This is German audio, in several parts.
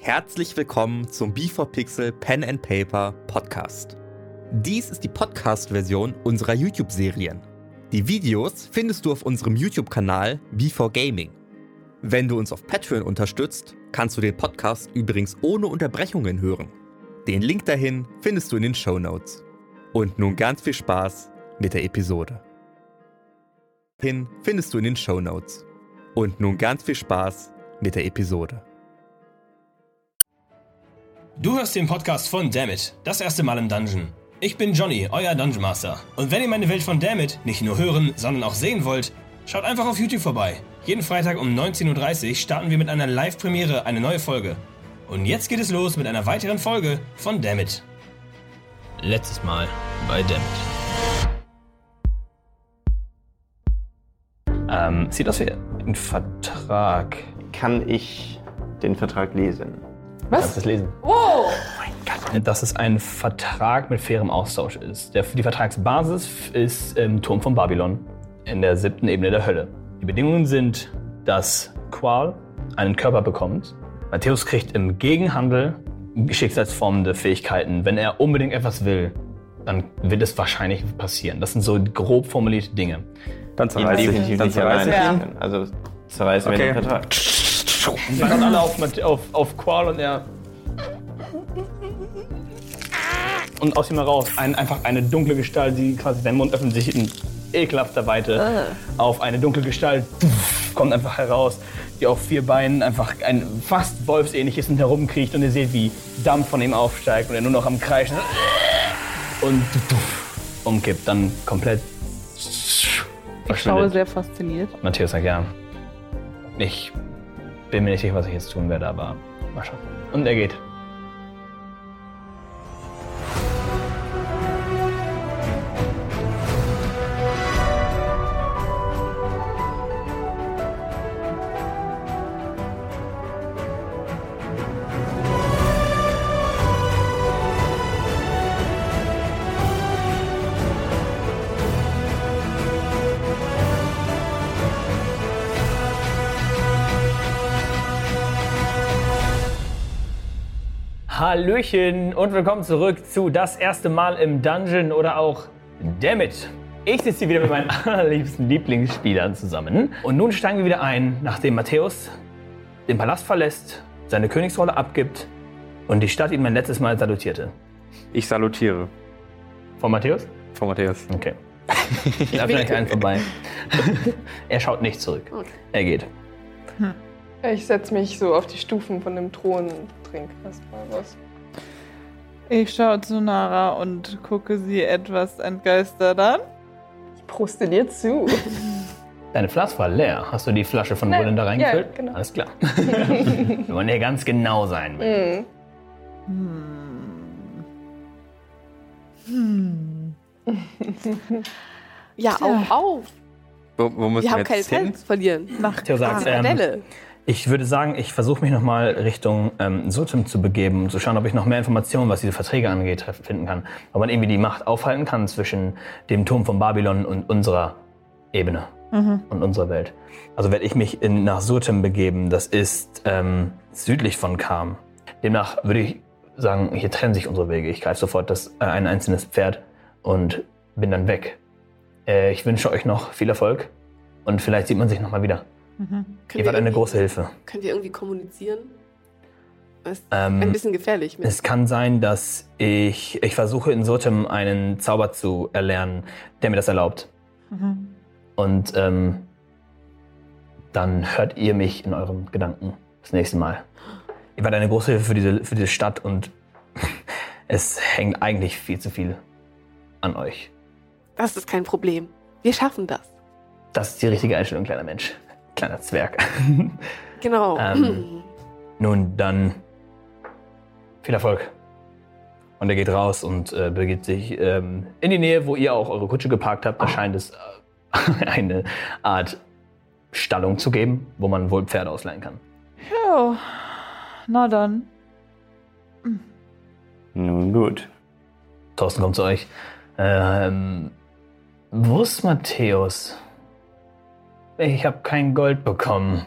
Herzlich willkommen zum B4Pixel Pen and Paper Podcast. Dies ist die Podcast-Version unserer YouTube-Serien. Die Videos findest du auf unserem YouTube-Kanal B4Gaming. Wenn du uns auf Patreon unterstützt, kannst du den Podcast übrigens ohne Unterbrechungen hören. Den Link dahin findest du in den Show Notes. Und nun ganz viel Spaß mit der Episode. Hin findest du in den Show Notes. Und nun ganz viel Spaß mit der Episode. Du hörst den Podcast von Dammit, das erste Mal im Dungeon. Ich bin Johnny, euer Dungeon Master. Und wenn ihr meine Welt von Dammit nicht nur hören, sondern auch sehen wollt, schaut einfach auf YouTube vorbei. Jeden Freitag um 19.30 Uhr starten wir mit einer Live-Premiere eine neue Folge. Und jetzt geht es los mit einer weiteren Folge von Dammit. Letztes Mal bei Dammit. Ähm, sieht aus wie ein Vertrag. Kann ich den Vertrag lesen? Kannst du das lesen? Wow! dass es ein Vertrag mit fairem Austausch ist. Der, die Vertragsbasis f- ist im Turm von Babylon, in der siebten Ebene der Hölle. Die Bedingungen sind, dass Qual einen Körper bekommt. Matthäus kriegt im Gegenhandel schicksalsformende Fähigkeiten. Wenn er unbedingt etwas will, dann wird es wahrscheinlich passieren. Das sind so grob formulierte Dinge. Dann zerreiß ich ihn. Dann zerreiß ich ihn. Also zerreißen wir den Vertrag. Und dann alle auf, Matt- auf, auf Qual und er. Und aus ihm heraus ein, einfach eine dunkle Gestalt, die quasi seinen Mund öffnet sich in ekelhafter Weite. Auf eine dunkle Gestalt pff, kommt einfach heraus, die auf vier Beinen einfach ein fast wolfsähnlich ist und herumkriecht. Und ihr seht, wie Dampf von ihm aufsteigt und er nur noch am Kreischen ist. und pff, umkippt. Dann komplett Ich schaue verschwindet. sehr fasziniert. Matthäus sagt, ja, ich bin mir nicht sicher, was ich jetzt tun werde, aber mal schauen. Und er geht. Hallöchen und willkommen zurück zu Das erste Mal im Dungeon oder auch Dammit. Ich sitze hier wieder mit meinen allerliebsten Lieblingsspielern zusammen. Und nun steigen wir wieder ein, nachdem Matthäus den Palast verlässt, seine Königsrolle abgibt und die Stadt ihn mein letztes Mal salutierte. Ich salutiere Von Matthäus? von Matthäus. Okay. Ich habe gleich einen vorbei. er schaut nicht zurück. Er geht. Ich setze mich so auf die Stufen von dem Thron und trinke erstmal was. Ich schaue zu Nara und gucke sie etwas entgeistert an. Ich proste dir zu. Deine Flasche war leer. Hast du die Flasche von Nein, Bullen da reingefüllt? ja, genau. Alles klar. Wir wollen hier ganz genau sein. will. Hm. Ja, auf, auf. Wo, wo müssen Wir haben wir keine jetzt hin? Zeit zu verlieren. Nach Theo sagt, Ah, ähm, Delle. ich würde sagen, ich versuche mich nochmal Richtung ähm, Sotim zu begeben, um zu schauen, ob ich noch mehr Informationen, was diese Verträge angeht, finden kann. Ob man irgendwie die Macht aufhalten kann zwischen dem Turm von Babylon und unserer Ebene Mhm, und unserer Welt. Also werde ich mich in, nach Surtim begeben. Das ist ähm, südlich von Kam. Demnach würde ich sagen, hier trennen sich unsere Wege. Ich greife sofort das, äh, ein einzelnes Pferd und bin dann weg. Äh, ich wünsche euch noch viel Erfolg und vielleicht sieht man sich nochmal wieder. Können mhm, Ihr wart wir eine irgendwie- große Hilfe. Können wir irgendwie kommunizieren? Das ist ein Ähm, bisschen gefährlich. Mit. es kann sein, dass ich, ich versuche in Surtim einen Zauber zu erlernen, der mir das erlaubt. mhm. Und ähm, dann hört ihr mich in euren Gedanken das nächste Mal. Ihr wart eine große Hilfe für diese, für diese Stadt und es hängt eigentlich viel zu viel an euch. Das ist kein Problem. Wir schaffen das. Das ist die richtige Einstellung, kleiner Mensch. Kleiner Zwerg. Genau. Ähm. Nun, dann viel Erfolg. Und er geht raus und äh, begibt sich ähm, in die Nähe, wo ihr auch eure Kutsche geparkt habt. Da scheint es äh, eine Art Stallung zu geben, wo man wohl Pferde ausleihen kann. Jo. Na dann. Nun gut. Thorsten kommt zu euch. Ähm, wo ist Matthäus? Ich habe kein Gold bekommen.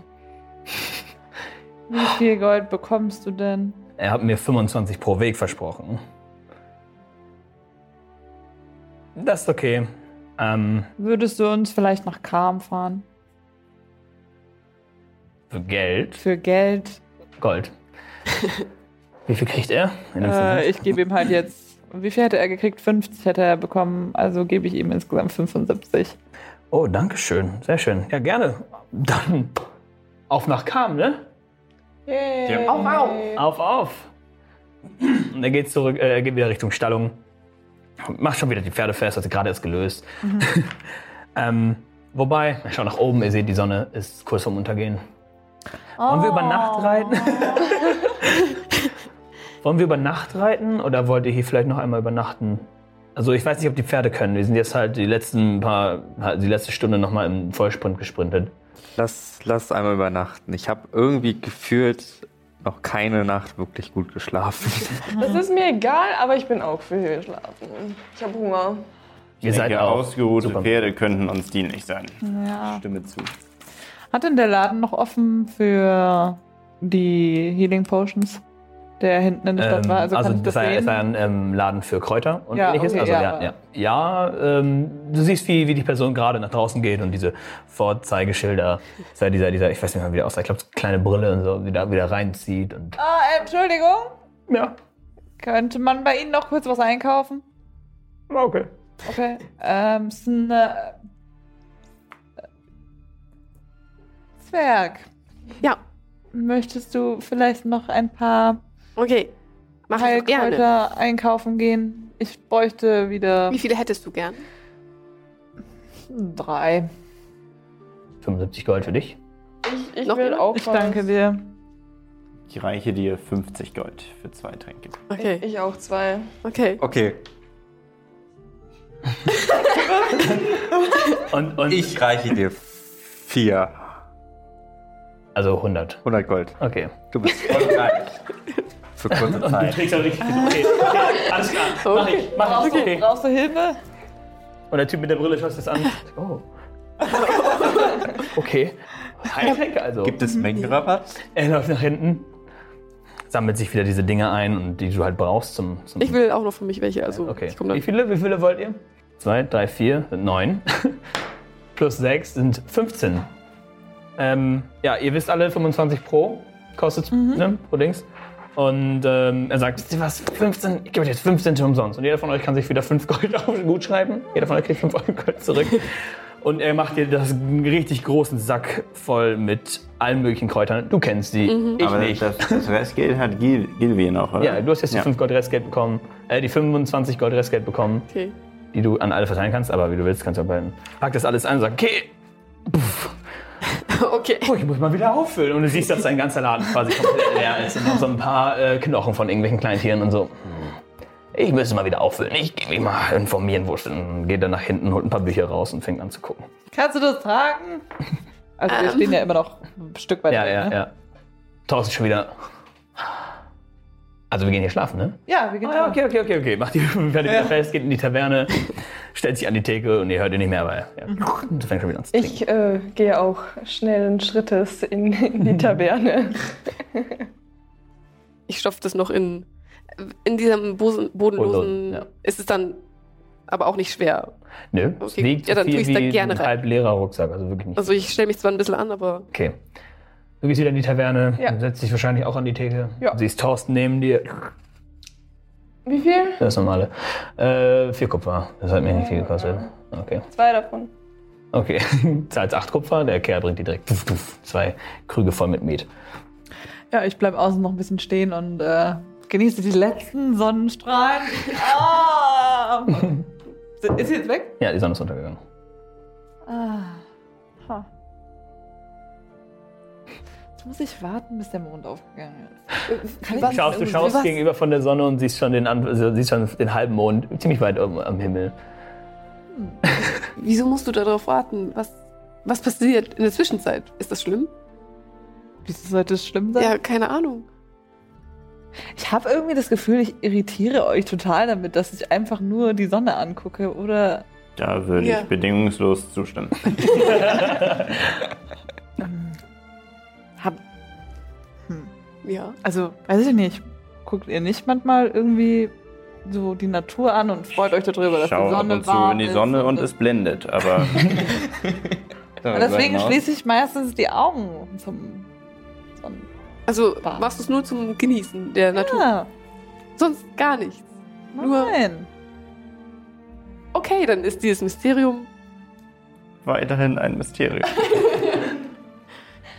Wie viel Gold bekommst du denn? Er hat mir 25 pro Weg versprochen. Das ist okay. Ähm, Würdest du uns vielleicht nach Kram fahren? für Geld, Für Geld? Gold. Wie viel kriegt er? In dem Fall? Äh, ich gebe ihm halt jetzt. Wie viel hätte er gekriegt? 50 hätte er bekommen. Also gebe ich ihm insgesamt 75. oh, danke schön. Sehr schön. Ja, gerne. Dann auf nach Kam, ne? Yay. Ja. Auf, auf. Auf, auf! Und er geht zurück, äh, er geht wieder Richtung Stallung. Macht schon wieder die Pferde fest, hat sie gerade erst gelöst. Mhm. ähm, wobei, er schaut nach oben, ihr seht, die Sonne ist kurz vorm Untergehen. Wollen wir über Oh. Nacht reiten? Wollen wir über Nacht reiten oder wollt ihr hier vielleicht noch einmal übernachten? Also ich weiß nicht, ob die Pferde können. Wir sind jetzt halt die letzten paar, halt die letzte Stunde nochmal im Vollsprint gesprintet. Lass, lass einmal übernachten. Ich habe irgendwie gefühlt noch keine Nacht wirklich gut geschlafen. Das ist mir egal, aber ich bin auch für hier schlafen. Ich habe Hunger. Ihr seid Denke, auch. ausgeruhte Super. Pferde könnten uns dienlich sein. Ja. Stimme zu. Hat denn der Laden noch offen für die Healing Potions, der hinten in der Stadt Ähm, war? Also, also, kann ich das das war, sehen? es war ein ähm, Laden für Kräuter und Ja, ähnliches. okay, also, ja, ja, aber- ja. ja ähm, du siehst, wie, wie die Person gerade nach draußen geht und diese Vorzeigeschilder, das war dieser, dieser, ich weiß nicht mal, wie der aussah, ich glaube, kleine Brille und so, wieder, wieder reinzieht. Und, Ah, Entschuldigung. ja, Könnte man bei Ihnen noch kurz was einkaufen? okay. Okay. Ähm, es ist ein äh, Zwerg. Ja, Möchtest du vielleicht noch ein paar okay. Mach ich Heilkräuter gerne. einkaufen gehen? Ich bräuchte wieder Wie viele hättest du gern? drei. 75 Gold für dich. Ich, ich Noch will jemand? auch Ich was. danke dir. Ich reiche dir 50 Gold für zwei Tränke. Ich, ich auch zwei. okay. Okay, Und, und ich reiche dir vier. Also 100. 100 Gold. Okay. Du bist voll reich. Für kurze Zeit. Äh, kriegst aber richtig okay. okay. Alles klar. Mach ich. Mach ich. Okay. Brauchst du Hilfe? Und der Typ mit der Brille schaut das an. Oh. Okay. Heiltränke also. Gibt es Mengenrabatt? Er läuft nach hinten, sammelt sich wieder diese Dinge ein, und die du halt brauchst zum. zum Ich will auch noch für mich welche, also Okay. ich komme Wie dann. viele, wie viele wollt ihr? Zwei, drei, vier, sind neun. Plus sechs sind 15. Ähm, ja, ihr wisst alle, 25 pro kostet, ne, pro Dings. Und ähm, er sagt, wisst ihr was, 15, ich gebe euch jetzt 15 Türme umsonst. Und jeder von euch kann sich wieder 5 Gold auf gut schreiben. Jeder von euch kriegt 5 Euro Gold zurück. Und er macht dir das einen richtig großen Sack voll mit allen möglichen Kräutern. Du kennst die, ich Aber nicht. Das, das Restgeld hat Gil, Gilvi noch, oder? Ja, du hast jetzt die Ja. 5 Gold Restgeld bekommen, äh, die 25 Gold Restgeld bekommen Okay. die du an alle verteilen kannst, aber wie du willst, kannst du behalten. Pack das alles an und sag, okay, okay. oh, ich muss mal wieder auffüllen. Und du siehst, dass dein ganzer Laden quasi komplett leer ist und noch so ein paar äh, Knochen von irgendwelchen kleinen Tieren und so. Hm, Ich müsste mal wieder auffüllen. Ich gehe mich mal informieren, wo es denn. Geht dann nach hinten, holt ein paar Bücher raus und fängt an zu gucken. Kannst du das tragen? Also wir stehen ja immer noch ein Stück weit Ja, weg, ja, ne? ja. Draußen schon wieder. Also wir gehen hier schlafen, ne? Ja, wir gehen Ah, ja, drauf. okay, okay, okay, okay. Macht die Pferde wieder fest, geht in die Taverne, stellt sich an die Theke und ihr hört ihr nicht mehr, weil. Ja. Und fängt schon wieder an zu trinken. Ich äh, gehe auch schnellen Schrittes in, in die Taverne. Ich stopfe das noch in. In diesem Bosen, bodenlosen. Bodenlosen, ja. Ist es dann aber auch nicht schwer. Nö, es Okay, wiegt ja, so dann tue viel ich's da wie gerne ein rein. halb leerer Rucksack, also wirklich nicht. Also ich stelle mich zwar ein bisschen an, aber okay. Du gehst wieder in die Taverne, Ja. setzt dich wahrscheinlich auch an die Theke. Ja. Siehst Thorsten neben dir. Wie viel? Das normale. Äh, vier Kupfer. Das hat mir nicht viel gekostet. Okay. Zwei davon. Okay. Zahlst acht Kupfer, der Kerl bringt dir direkt puff, puff, zwei Krüge voll mit Met. Ja, ich bleib außen noch ein bisschen stehen und äh, genieße die letzten Sonnenstrahlen. Ah! Ist sie jetzt weg? Ja, die Sonne ist untergegangen. Ah. Ha. Jetzt muss ich warten, bis der Mond aufgegangen ist. Kann Du schaust, du schaust gegenüber von der Sonne und siehst schon den, An also siehst schon den halben Mond ziemlich weit oben am Himmel. wieso musst du darauf warten? Was, was passiert in der Zwischenzeit? Ist das schlimm? Wieso sollte es schlimm sein? Ja, keine Ahnung. Ich habe irgendwie das Gefühl, ich irritiere euch total damit, dass ich einfach nur die Sonne angucke. Oder Da würde Ja. ich bedingungslos zustimmen. hab. Hm. Ja. Also, weiß ich nicht. Guckt ihr nicht manchmal irgendwie so die Natur an und freut euch darüber, dass Schau die ab Sonne und zu warm in die ist Sonne und das- es blendet, aber. Und deswegen schließe ich meistens die Augen zum Sonnen. Also Warm. machst du es nur zum Genießen der Natur. Ja, Sonst gar nichts. Nur- nein. Okay, dann ist dieses Mysterium. Weiterhin ein Mysterium.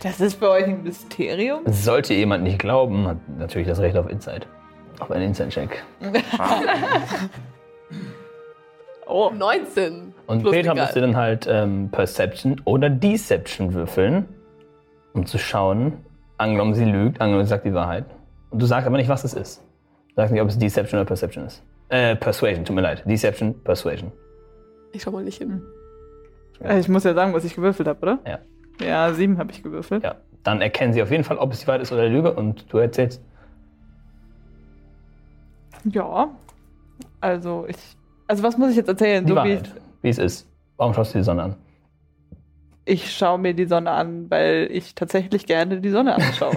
Das ist für euch ein Mysterium. Sollte jemand nicht glauben, hat natürlich das Recht auf Insight. Auf einen Insight-Check. Oh. 19. Und Plus Petra egal. müsste dann halt ähm, Perception oder Deception würfeln, um zu schauen, angenommen sie lügt, angenommen sie sagt die Wahrheit. Und du sagst aber nicht, was es ist. Du sagst nicht, ob es Deception oder Perception ist. Äh, Persuasion, tut mir leid. Deception, Persuasion. Ich schau mal nicht hin. Hm. Äh, Ich muss ja sagen, was ich gewürfelt habe, oder? Ja. Ja, sieben habe ich gewürfelt. Ja. Dann erkennen sie auf jeden Fall, ob es die Wahrheit ist oder Lüge und du erzählst. Ja. Also, ich. Also, was muss ich jetzt erzählen? Die So wie ich, Wahrheit, wie es ist. Warum schaust du die Sonne an? ich schaue mir die Sonne an, weil ich tatsächlich gerne die Sonne anschaue.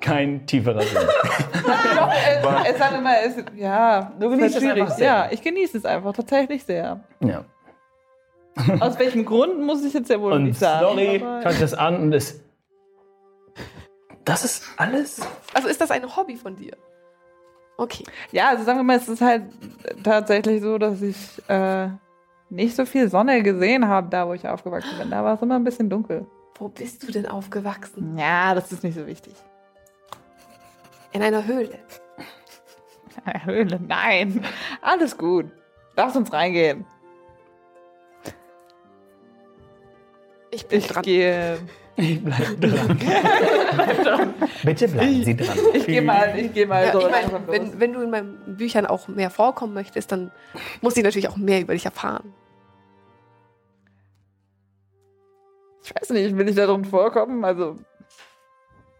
Kein tieferer Sinn. Doch, äh, es, sagen wir mal, es, ja, Du genießt es ist es schwierig. einfach sehr. Ja, ich genieße es einfach tatsächlich sehr. ja. Aus welchem Grund muss ich jetzt ja wohl Und nicht sagen. sorry, aber- schaut euch das an und es. Das ist alles? Also ist das ein Hobby von dir? Okay. Ja, also sagen wir mal, es ist halt tatsächlich so, dass ich äh, nicht so viel Sonne gesehen habe, da wo ich aufgewachsen bin. Da war es immer ein bisschen dunkel. Wo bist du denn aufgewachsen? Ja, das ist nicht so wichtig. In einer Höhle. Höhle, nein. Alles gut. Lass uns reingehen. Ich bin Ich dran. gehe Ich bleib dran. Bitte bleiben Sie dran. ich geh mal, ich geh mal Ja, so Also, ich langsam meine, los. wenn, wenn du in meinen Büchern auch mehr vorkommen möchtest, dann muss ich natürlich auch mehr über dich erfahren. Ich weiß nicht, will ich da drin vorkommen? Also,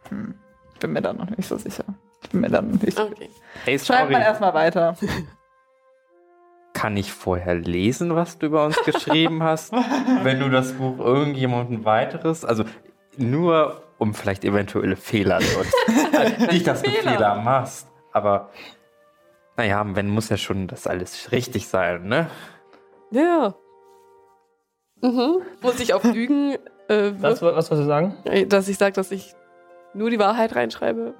hm, bin mir da noch nicht so sicher. Ich bin mir da noch nicht so Okay. Hey, Schreibt sorry, mal erstmal weiter. kann ich vorher lesen, was du über uns geschrieben hast? Wenn du das Buch irgendjemandem weiteres, also nur um vielleicht eventuelle Fehler zu also Nicht, dass du Fehler. Fehler machst, aber naja, wenn muss ja schon das alles richtig sein, ne? Ja. Mhm. Muss ich auch lügen, äh, Was, was wolltest du sagen? wir- dass ich sage, dass ich nur die Wahrheit reinschreibe?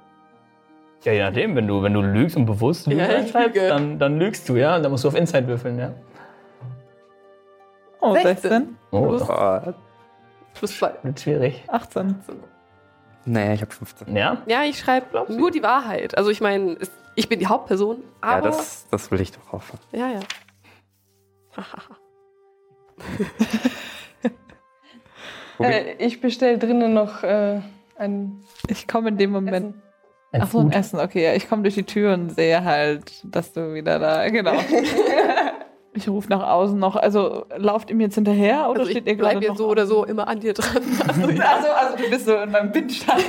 Ja, je nachdem, wenn du, wenn du lügst und bewusst Lügen Ja, ich reinschreibst, lüge. dann, dann lügst du, ja? Und dann musst du auf Inside würfeln, ja? Oh, 16. 16? Oh, das Boah. Plus zwei. wird schwierig. 18. Naja, ich habe 15. Ja? Ja, ich schreibe nur die Wahrheit. Also ich meine, es- ich bin die Hauptperson, aber... Ja, das, das will ich doch hoffen. ja. Also ja. Äh, ich bestelle drinnen noch äh, ein Ich komme in dem Moment Essen. Ein Ach so, ein Food. Essen, okay. Ja, ich komme durch die Tür und sehe halt, dass du wieder da, genau. ich rufe nach außen noch. Also lauft ihr mir jetzt hinterher oder Also ich steht ihr gerade bleibe ja noch so oder so immer an dir dran. Also, ja. Also, also du bist so in meinem Bindstand.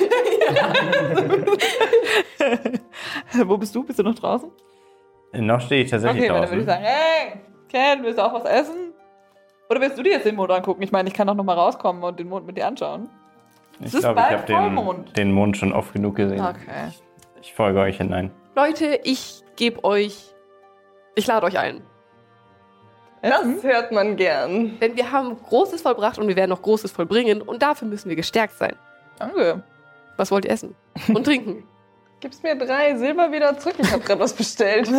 Wo bist du? Bist du noch draußen? Noch stehe ich tatsächlich Okay, dann würde ich draußen. sagen, hey, Ken, willst du auch was essen? Oder willst du dir jetzt den Mond angucken? Ich meine, ich kann doch noch mal rauskommen und den Mond mit dir anschauen. Ich es ist glaube, ich bald habe den, Vollmond. den Mond schon oft genug gesehen. Okay. Ich folge euch hinein. Leute, ich gebe euch... Ich lade euch ein. Essen? Das hört man gern. Denn wir haben Großes vollbracht und wir werden noch Großes vollbringen und dafür müssen wir gestärkt sein. Danke. Was wollt ihr essen? Und trinken? Gib's mir drei Silber wieder zurück. Ich habe gerade was bestellt.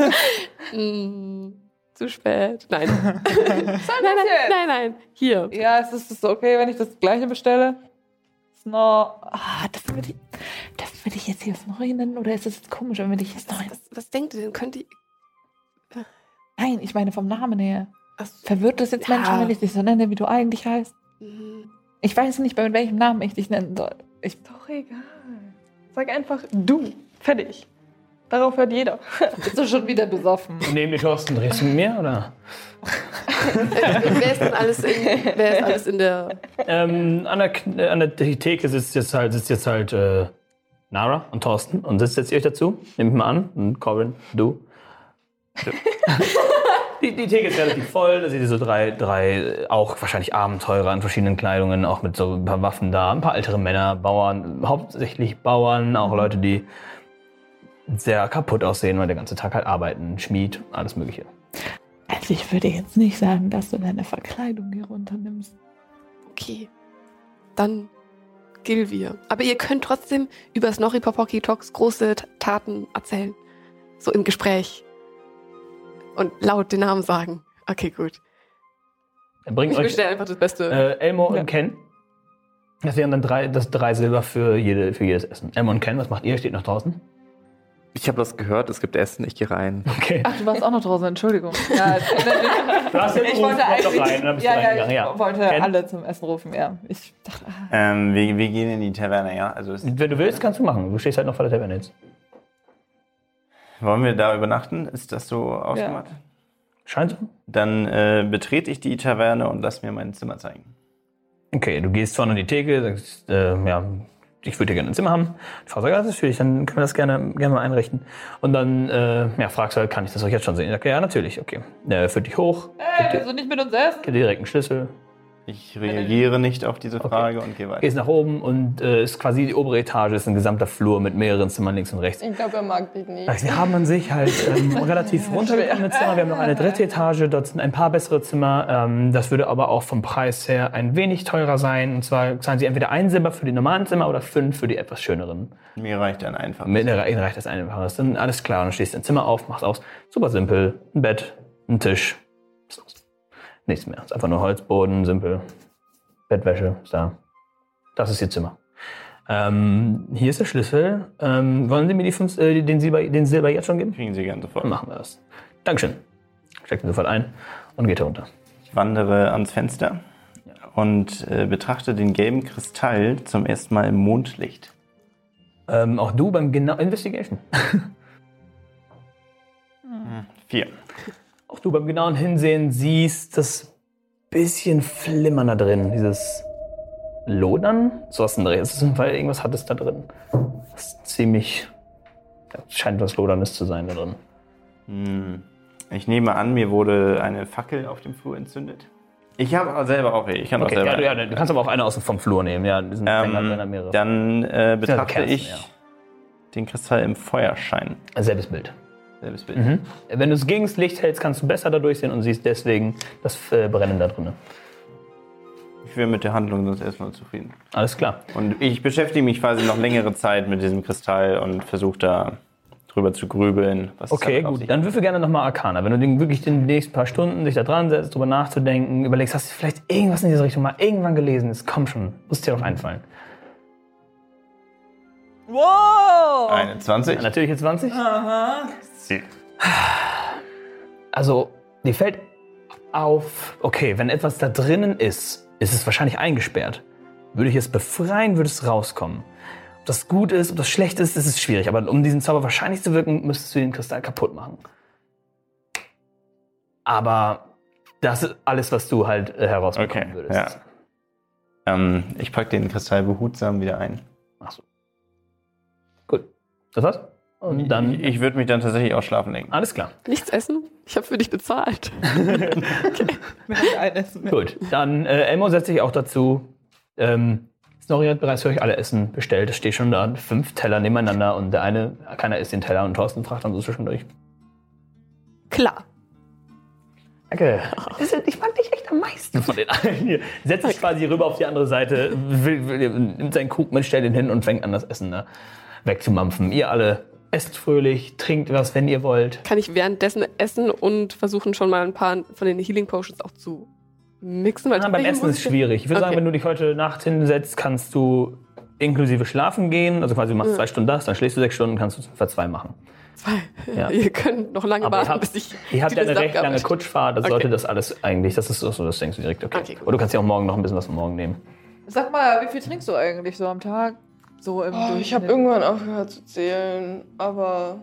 Mm, zu spät. Nein. nein, nein, nein, nein. Hier. Ja, es ist es okay, wenn ich das gleiche bestelle? Snor. Ah, dürfen wir, die, dürfen wir dich jetzt hier Snorri nennen oder ist das jetzt komisch, wenn wir dich jetzt Snorri Was, nennen? was, was denkt ihr denn? Könnt ihr. Nein, ich meine vom Namen her. Ach, Verwirrt das jetzt Ja. Menschen, wenn ich dich so nenne, wie du eigentlich heißt? mm, Ich weiß nicht, bei welchem Namen ich dich nennen soll. Ich, Mhm. Doch egal. Sag einfach du. Fertig. Darauf hört jeder. bist du schon wieder besoffen? Neben dir, Thorsten, drehst du mit mir, oder? äh, wer, ist denn alles in, wer ist alles in der. Ähm, an, der, Kn- äh, an der Theke sitzt jetzt halt, sitzt jetzt halt äh, Nara und Thorsten Hm, und sitzt jetzt ihr euch dazu. Nehmt mal an. Und Corin, du. Die, die Theke ist relativ voll. Da seht ihr so drei, drei äh, auch wahrscheinlich Abenteurer in verschiedenen Kleidungen, auch mit so ein paar Waffen da. Ein paar ältere Männer, Bauern, hauptsächlich Bauern, auch Leute, die sehr kaputt aussehen, weil der ganze Tag halt arbeiten, Schmied, alles Mögliche. Also ich würde jetzt nicht sagen, dass du deine Verkleidung hier runternimmst. Okay. Dann gill wir. Aber ihr könnt trotzdem über Snorri Popoki Talks große T- Taten erzählen. So im Gespräch. Und laut den Namen sagen. Okay, gut. Bringt Ich euch bestelle einfach das Beste. äh, Elmo und Ken. Das wären dann drei, das drei Silber für, jede, für jedes Essen. Elmo und Ken, was macht ihr? Steht noch draußen? Ich habe das gehört, es gibt Essen, ich gehe rein. Okay. Ach, du warst auch noch draußen, Entschuldigung. Ja, also, Du hast den Ruf, komm doch rein. Und dann bist du ja, ja, reingegangen, ich ja. wollte Ken? alle zum Essen rufen, ja. Ich dachte, ah, Ähm, wir, wir gehen in die Taverne, ja. Also es, Wenn du willst, kannst du machen. Du stehst halt noch vor der Taverne jetzt. wollen wir da übernachten? Ist das so ausgemacht? Scheint so. Dann äh, betrete ich die Taverne und lass mir mein Zimmer zeigen. Okay, du gehst vorne in die Theke, sagst, äh, ja, ich würde gerne ein Zimmer haben. Die Frau sagt, ja, das ist natürlich, dann können wir das gerne, gerne mal einrichten. Und dann äh, ja, fragst du halt, kann ich das auch jetzt schon sehen? Ich sag, ja, natürlich, okay. Äh, führt dich hoch, ey, willst du nicht mit uns essen? gibt dir direkt einen Schlüssel, Ich reagiere nicht auf diese Frage und gehe weiter. gehst nach oben und äh, ist quasi die obere Etage, ist ein gesamter Flur mit mehreren Zimmern links und rechts. Ich glaube, er mag dich nicht. Also wir haben an sich halt ähm, relativ runtergekommene Zimmer. Wir haben noch eine dritte Etage, dort sind ein paar bessere Zimmer. Ähm, das würde aber auch vom Preis her ein wenig teurer sein. Und zwar zahlen sie entweder ein Silber für die normalen Zimmer oder fünf für die etwas schöneren. Mir reicht ein einfach. Mit einer Ihnen reicht das eine Ware. Ist Dann alles klar. Dann stehst du ein Zimmer auf, machst aus. Super simpel. Ein Bett, ein Tisch. Ist aus. Nichts mehr. Ist einfach nur Holzboden, simpel. Bettwäsche ist da. Das ist ihr Zimmer. Ähm, hier ist der Schlüssel. Ähm, wollen Sie mir die fünf, äh, den, Silber, den Silber jetzt schon geben? Kriegen Sie gern sofort. Dann machen wir das. Dankeschön. Steckt ihn sofort ein und geht herunter. Ich wandere ans Fenster und äh, betrachte den gelben Kristall zum ersten Mal im Mondlicht. Ähm, auch du beim genau Investigation. Vier. auch du beim genauen Hinsehen siehst das bisschen Flimmern da drin. Dieses Lodern? So was in der Dreh. Es ist, weil irgendwas hat es da drin. Das ist ziemlich. Das scheint was Lodernes zu sein da drin. Hm. Ich nehme an, mir wurde eine Fackel auf dem Flur entzündet. Ich habe aber selber auch, ich kann auch Okay, ja, selber. du, ja, du kannst aber auch eine aus dem- vom Flur nehmen. Ja, die sind Fänger drin, da ähm, mehrere. dann äh, betrachte Kerzen, ich ja. den Kristall im Feuerschein. Selbes Bild. Selbes Bild. Mhm. Wenn du es gegen das Licht hältst, kannst du besser da durchsehen und siehst deswegen das äh, Brennen da drin. Ich wäre mit der Handlung sonst erstmal zufrieden. Alles klar. Und ich beschäftige mich quasi noch längere Zeit mit diesem Kristall und versuche da drüber zu grübeln. Was es Okay, damit auf gut. sich Dann würfel gerne nochmal Arcana. Wenn du den wirklich in den nächsten paar Stunden dich da dran setzt, drüber nachzudenken, überlegst, hast du vielleicht irgendwas in diese Richtung mal irgendwann gelesen? ist, komm schon, muss dir doch einfallen. Wow! 21. Natürlich jetzt 20. Ah. Also, dir fällt auf, okay, wenn etwas da drinnen ist, ist es wahrscheinlich eingesperrt. Würde ich es befreien, würde es rauskommen. Ob das gut ist, ob das schlecht ist, das ist schwierig. Aber um diesen Zauber wahrscheinlich zu wirken, müsstest du den Kristall kaputt machen. Aber das ist alles, was du halt äh, herausbekommen Okay, würdest. ja. Ähm, ich packe den Kristall behutsam wieder ein. Gut. Das war's? Und ich dann. ich würde mich dann tatsächlich auch schlafen legen. Alles klar. Nichts essen? Ich habe für dich bezahlt. Mir hat ein Essen mehr. Gut, dann äh, Elmo setzt sich auch dazu. Ähm, Snorri hat bereits für euch alle Essen bestellt. Es steht schon da fünf Teller nebeneinander und der eine, keiner isst den Teller und Thorsten fragt dann so zwischendurch. Klar. Danke. Ich mag dich echt am meisten von den allen hier. Setzt sich quasi rüber auf die andere Seite, will, will, nimmt seinen Krug mit, stellt ihn hin und fängt an, das Essen da wegzumampfen. Ihr alle esst fröhlich, trinkt was, wenn ihr wollt. Kann ich währenddessen essen und versuchen schon mal ein paar von den Healing Potions auch zu mixen? Weil Ah, beim Essen ist schwierig. Ich würde sagen, Okay. wenn du dich heute Nacht hinsetzt, kannst du inklusive schlafen gehen. Also quasi du Mhm. machst zwei Stunden das, dann schläfst du sechs Stunden, kannst du es für zwei machen. Zwei. Ja. Ihr könnt noch lange Aber ihr warten, habt, bis ich. ihr habt die ja eine Liste recht lange abgearbeitet- Kutschfahrt, das Okay. sollte das alles eigentlich, das ist auch so, das denkst du direkt, okay. Okay, gut. Oder du kannst ja auch morgen noch ein bisschen was von morgen nehmen. Sag mal, wie viel trinkst du eigentlich so am Tag? So im Oh, ich habe Durchschnitt? irgendwann aufgehört zu zählen, aber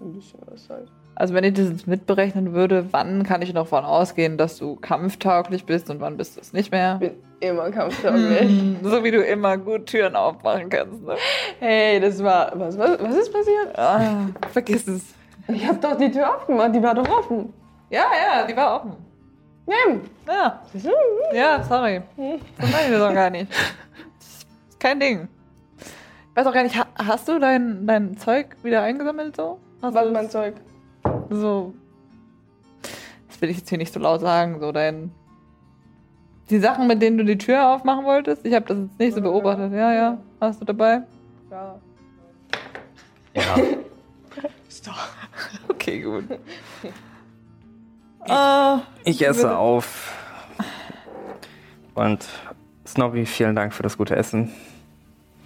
ein bisschen was halt. Also wenn ich das jetzt mitberechnen würde, wann kann ich noch davon ausgehen, dass du kampftauglich bist und wann bist du es nicht mehr? Ich bin immer kampftauglich. Mhm. So wie du immer gut Türen aufmachen kannst. Ne? Hey, das war. Was, was, was ist passiert? Ah, vergiss es. Ich habe doch die Tür aufgemacht, die war doch offen. Ja, ja, die war offen. Nehmen. Ja, ja sorry. Das meine ich mir doch gar nicht. Ist kein Ding. Ich weiß auch gar nicht, ha- hast du dein, dein Zeug wieder eingesammelt so? Hast Was du mein Zeug? so. Das will ich jetzt hier nicht so laut sagen, so dein. Die Sachen, mit denen du die Tür aufmachen wolltest, ich habe das jetzt nicht so beobachtet. Ja, ja, hast du dabei? Ja. Ja. Ist doch. Okay, gut. Äh, Ich esse auf. Und Snorri, vielen Dank für das gute Essen.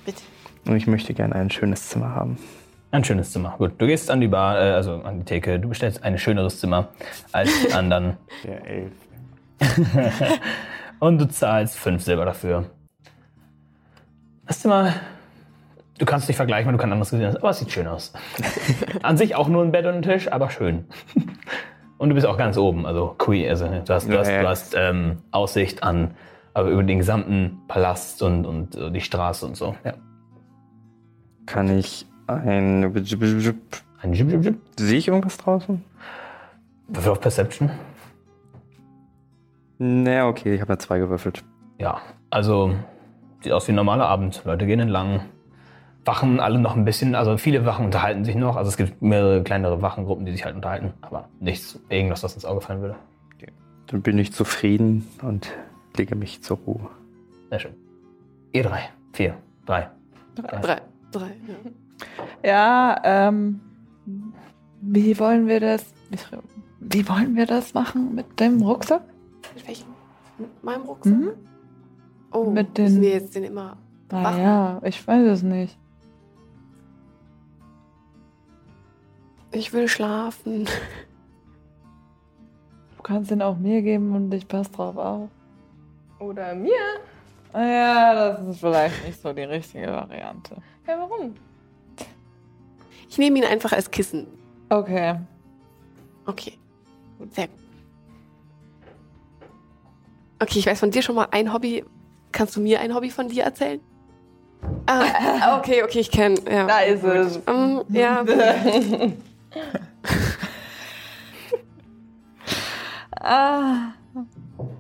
Bitte. Und ich möchte gerne ein schönes Zimmer haben. Ein schönes Zimmer. Gut, du gehst an die Bar, äh, also an die Theke. Du bestellst ein schöneres Zimmer als die anderen. Der Elf. und du zahlst 5 Silber dafür. Das Zimmer, du kannst es nicht vergleichen, weil du kein anderes gesehen hast, aber es sieht schön aus. an sich auch nur ein Bett und ein Tisch, aber schön. und du bist auch ganz oben, also Kui, also du hast, du hast, Ja, ja. du hast ähm, Aussicht an, aber über den gesamten Palast und, und äh, die Straße und so. Ja. Kann ich ein. Ein Jib, Jib, Jib. Sehe ich irgendwas draußen? Würfel auf Perception. Na, okay, ich habe ja zwei gewürfelt. Ja, also sieht aus wie ein normaler Abend. Leute gehen entlang, wachen alle noch ein bisschen, also viele Wachen unterhalten sich noch. Also es gibt mehrere kleinere Wachengruppen, die sich halt unterhalten, aber nichts, irgendwas, was ins Auge fallen würde. Dann bin ich zufrieden und lege mich zur Ruhe. Sehr schön. Ihr drei, vier, drei. Drei. Drei. Ja. ja, ähm. Wie wollen wir das. Wie wollen wir das machen mit dem Rucksack? Mit welchem? Mit meinem Rucksack? Mhm. Oh, Mit Hm, den- müssen wir jetzt den immer. Wachen. Naja, Ah ich weiß es nicht. Ich will schlafen. Du kannst den auch mir geben und ich passe drauf auf. Oder mir? Ah Ja, das ist vielleicht nicht so die richtige Variante. Ja, warum? Ich nehme ihn einfach als Kissen. Okay. Okay. Sehr gut. Okay, ich weiß von dir schon mal ein Hobby. Kannst du mir ein Hobby von dir erzählen? Ah, okay, okay, ich kenne. Ja. Da ist es. Ähm, ja. Ah,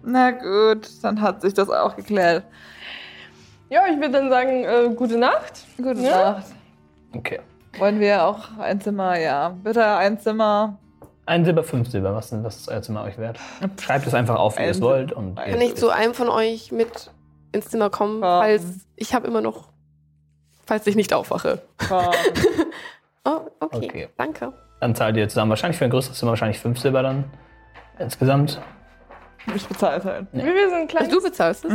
na gut, dann hat sich das auch geklärt. Ja, ich würde dann sagen, äh, gute Nacht. Gute Ja. Nacht. Okay. Wollen wir auch ein Zimmer, ja. Bitte ein Zimmer. Ein Silber, fünf Silber, was, denn- was ist euer Zimmer euch wert? Schreibt es einfach auf, wie ihr es Ein wollt. Und Silber. Kann ich zu einem von euch mit ins Zimmer kommen, Komm. falls ich habe immer noch, falls ich nicht aufwache. Komm. Oh, okay. Okay. Danke. Dann zahlt ihr zusammen wahrscheinlich für ein größeres Zimmer, wahrscheinlich fünf Silber dann insgesamt. Ich bezahle halt. Wie wir sind Ach, klein. du bezahlst es?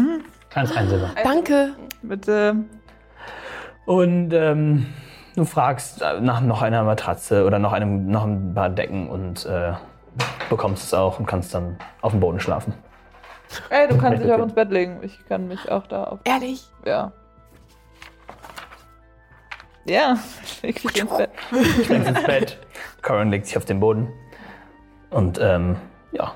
Kleines ein Silber. Danke. Bitte. Und ähm, du fragst äh, nach noch einer Matratze oder noch, einem, noch ein paar Decken und äh, bekommst es auch und kannst dann auf dem Boden schlafen. Ey, du kannst dich Bitte. auf ins Bett legen. Ich kann mich auch da auf. Ehrlich. Ja. Ja, ich leg mich ins Bett. Ich bin ins Bett. Corin legt sich auf den Boden. Und ähm, ja,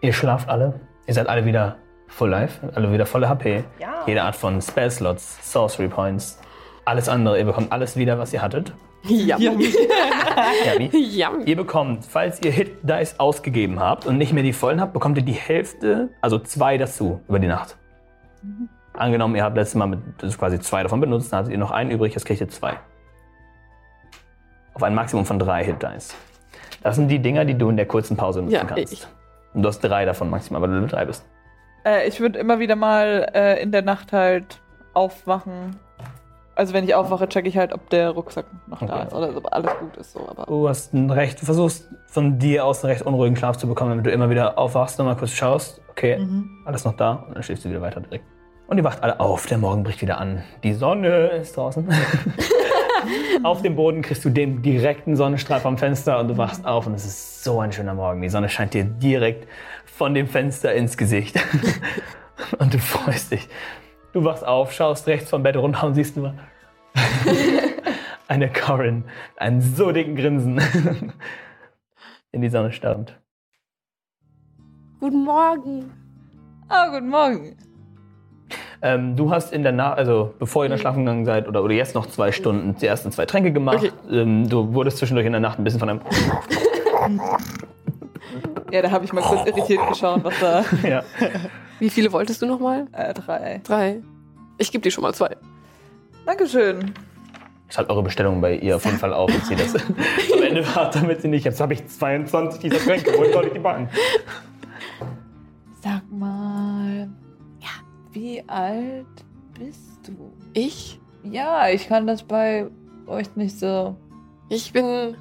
ihr schlaft alle. Ihr seid alle wieder full life, alle wieder volle HP. Ja. Jede Art von Spell-Slots, Sorcery Points, alles andere. Ihr bekommt alles wieder, was ihr hattet. Yummy. Gabi. Yummy. Ihr bekommt, falls ihr Hit Dice ausgegeben habt und nicht mehr die vollen habt, bekommt ihr die Hälfte, also zwei dazu über die Nacht. Mhm. Angenommen, ihr habt letztes Mal mit, das ist quasi zwei davon benutzt, dann hattet ihr noch einen übrig, jetzt kriegt ihr zwei. Auf ein Maximum von drei Hit Dice. Das sind die Dinger, die du in der kurzen Pause nutzen Ja, kannst. ich- Und du hast drei davon maximal, weil du Level drei bist. Äh, ich würde immer wieder mal äh, in der Nacht halt aufwachen. Also wenn ich aufwache, checke ich halt, ob der Rucksack noch da Okay. ist oder ob alles gut ist. So, aber Du hast ein recht, du versuchst von dir aus einen recht unruhigen Schlaf zu bekommen, damit du immer wieder aufwachst, nochmal kurz schaust, okay, alles noch da und dann schläfst du wieder weiter direkt. Und ihr wacht alle auf, der Morgen bricht wieder an. Die Sonne ist draußen. auf dem Boden kriegst du den direkten Sonnenstrahl vom Fenster und du wachst auf und es ist so ein schöner Morgen. Die Sonne scheint dir direkt von dem Fenster ins Gesicht. und du freust dich. Du wachst auf, schaust rechts vom Bett runter und siehst nur eine Corin, einen so dicken Grinsen in die Sonne starrend. Guten Morgen. Ah, guten Morgen. Ähm, du hast in der Nacht, also bevor ihr dann schlafen gegangen seid oder, oder jetzt noch zwei Stunden, die ersten zwei Tränke gemacht. Okay. Ähm, du wurdest zwischendurch in der Nacht ein bisschen von einem Ja, da habe ich mal kurz irritiert geschaut, was da. Ja. Wie viele wolltest du nochmal? Äh, drei. Drei. Ich gebe dir schon mal zwei. Dankeschön. Schreibt eure Bestellung bei ihr auf jeden Fall auf, dass sie das am Ende hat, damit sie nicht. Jetzt habe ich 22 dieser Tränke, wo soll ich die backen? Sag mal. Ja. Wie alt bist du? Ich? Ja, ich kann das bei euch nicht so. Ich bin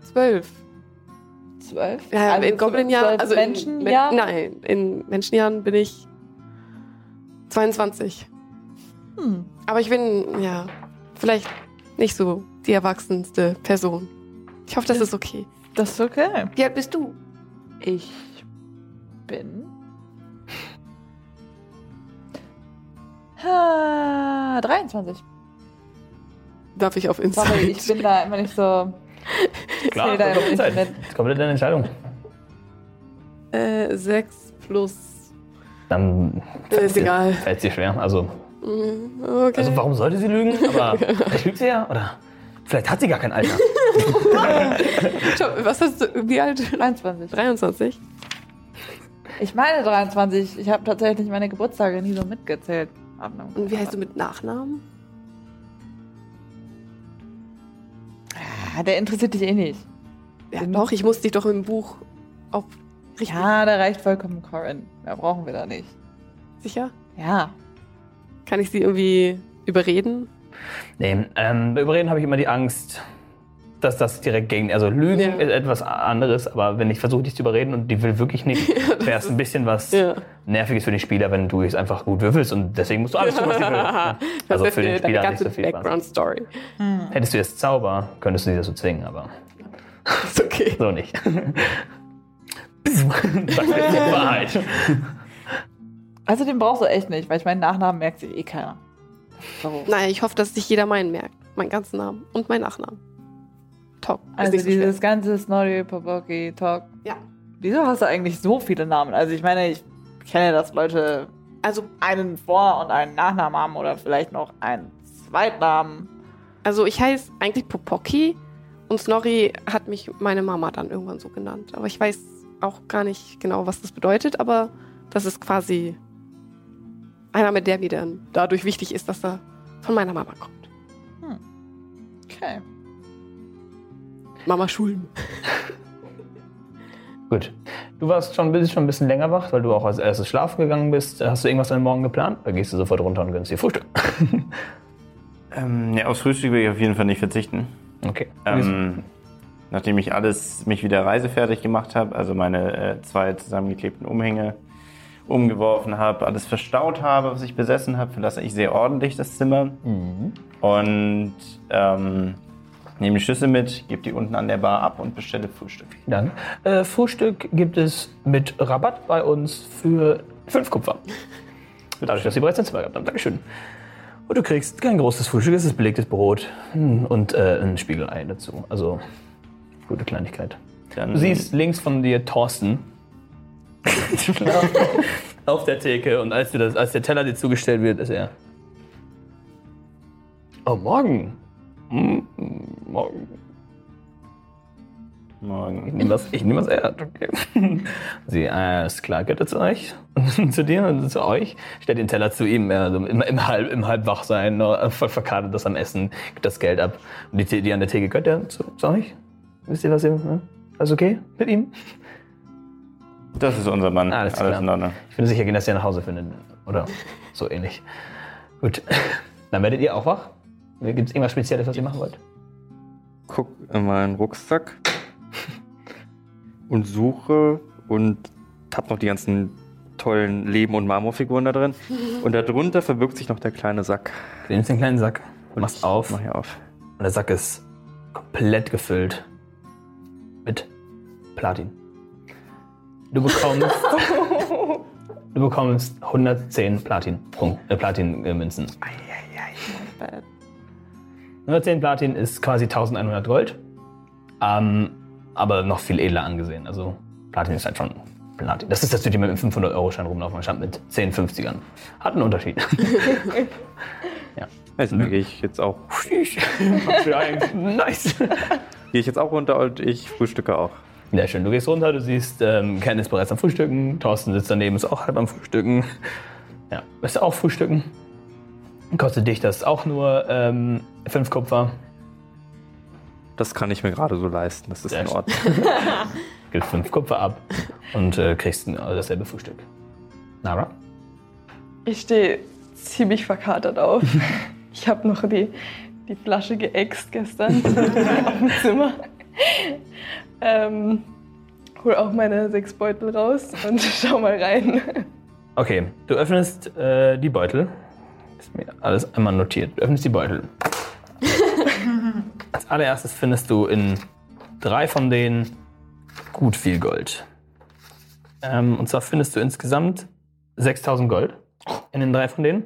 zwölf. Zwölf? Ja, Also in zwölf- Goblin-Jahren. zwölf Also in, Menschenjahr? Men- Nein, in Menschenjahren bin ich 22. Hm. Aber ich bin, ja, vielleicht nicht so die erwachsenste Person. Ich hoffe, das ist okay. Das ist okay. Wie alt bist du? Ich bin. Ah, 23. Darf ich auf Insight? Sorry, ich bin da immer nicht so. Klar, Zähl da das im ist halt- Internet. das ist komplett deine Entscheidung. Äh, 6 plus. Dann Äh, ist egal. fällt sie schwer. Also, Mm, Okay. also warum sollte sie lügen? Aber vielleicht lügt sie ja, oder? Vielleicht hat sie gar kein Alter. Schau, Was hast du? Wie alt? 23. 23? Ich meine 23. Ich habe tatsächlich meine Geburtstage nie so mitgezählt. Und wie heißt du mit Nachnamen? Ah, der interessiert dich eh nicht. Ja, Bin- doch, ich muss dich doch im Buch auch richtig Ja, da reicht vollkommen Corin. Mehr brauchen wir da nicht. sicher. Ja. Kann ich sie irgendwie überreden? Nee, ähm, bei Überreden habe ich immer die Angst, dass das direkt gegen. Also Lügen Ja. ist etwas anderes, aber wenn ich versuche, dich zu überreden und die will wirklich nicht, wäre es ein bisschen was Ja. Nerviges für den Spieler, wenn du jetzt einfach gut würfelst und deswegen musst du alles tun, was sie will. Ja. Also für den Spieler nicht ganze so viel Spaß. Background-Story. Hättest du jetzt Zauber, könntest du sie dazu zwingen, aber Ist okay. so nicht. Sag mir die Wahrheit. Also den brauchst du echt nicht, weil ich meinen Nachnamen merkt sich eh keiner. So. Naja, ich hoffe, dass sich jeder meinen merkt. Meinen ganzen Namen und meinen Nachnamen. Top. Ist Also nicht so schwer. dieses ganze Snorri, Popoki, Talk. Ja. Wieso hast du eigentlich so viele Namen? Also ich meine, ich kenne, dass Leute Also, einen Vor- und einen Nachnamen haben oder vielleicht noch einen Zweitnamen. also ich heiße eigentlich Popoki und Snorri hat mich meine Mama dann irgendwann so genannt. Aber ich weiß auch gar nicht genau, was das bedeutet, aber das ist quasi ein Name, der mir dann dadurch wichtig ist, dass er von meiner Mama kommt. Okay. Mama Schulm. Gut. Du warst schon, bist schon ein bisschen länger wach, weil du auch als erstes schlafen gegangen bist. Hast du irgendwas an den Morgen geplant? Dann gehst du sofort runter und gönnst dir Frühstück. Ähm, ja, aufs Frühstück will ich auf jeden Fall nicht verzichten. Okay. Ähm, nachdem ich alles, mich wieder reisefertig gemacht habe, also meine äh, zwei zusammengeklebten Umhänge umgeworfen habe, alles verstaut habe, was ich besessen habe, verlasse ich sehr ordentlich das Zimmer Mhm. und ähm, nehme die Schüssel mit, gebe die unten an der Bar ab und bestelle Frühstück. Dann. Äh, Frühstück gibt es mit Rabatt bei uns für 5 Kupfer. Dadurch, dass ihr bereits ein Zimmer gehabt habt. Dankeschön. Und du kriegst kein großes Frühstück, es ist belegtes Brot hm, und äh, ein Spiegelei dazu. Also, gute Kleinigkeit. Dann Du siehst links von dir Thorsten. auf der Theke und als, du das, als der Teller dir zugestellt wird, ist er. Oh, morgen. Hm, morgen. Ich morgen. nehme das, ich nehm das ernst. Okay. Sie, alles äh, klar, geht zu euch, zu dir und zu euch. Stellt den Teller zu ihm, also im, im, Halb, im Halbwachsein, ne, voll verkadert das am Essen, gibt das Geld ab. Und die, Theke- die an der Theke, gehört der zu, zu euch? Wisst ihr, was ihr, ne? Alles okay mit ihm? Das ist unser Mann. Alles klar. in Ordnung. Ich bin sicher, dass ihr nach Hause findet, oder so ähnlich. Gut, dann werdet ihr auch wach. Gibt es irgendwas Spezielles, was ihr machen wollt? Guck in meinen Rucksack und suche und hab noch die ganzen tollen Leben- und Marmorfiguren da drin. Und darunter verbirgt sich noch der kleine Sack. Du nimmst den kleinen Sack, machst auf. Mach hier auf. Und der Sack ist komplett gefüllt mit Platin. Du bekommst, du bekommst 110 Platin, Punk- äh, Platin äh, Münzen. 110 Platin ist quasi 1100 Gold, ähm, aber noch viel edler angesehen. Also Platin ist halt schon Platin. Das ist, dass du dir mit einem 500-Euro-Schein rumlaufen anstatt mit 10 50ern. Hat einen Unterschied. Also da gehe ich jetzt auch. nice. Gehe ich jetzt auch runter und ich frühstücke auch. Sehr schön. Du gehst runter, du siehst, ähm, Ken ist bereits am Frühstücken, Thorsten sitzt daneben, ist auch halb am Frühstücken. Ja, ist auch Frühstücken. Kostet dich das auch nur ähm, fünf Kupfer. Das kann ich mir gerade so leisten. Das ist Sehr in schön. Ordnung. Gibst fünf Kupfer ab und äh, kriegst ein, äh, dasselbe Frühstück. Nara? Ich stehe ziemlich verkatert auf. Ich habe noch die, die Flasche geäxt gestern auf dem Zimmer. Ähm, hol auch meine sechs Beutel raus und schau mal rein. Okay, du öffnest äh, die Beutel. Ist mir alles einmal notiert. Du öffnest die Beutel. Als allererstes findest du in drei von denen gut viel Gold. Ähm, und zwar findest du insgesamt 6000 Gold in den drei von denen.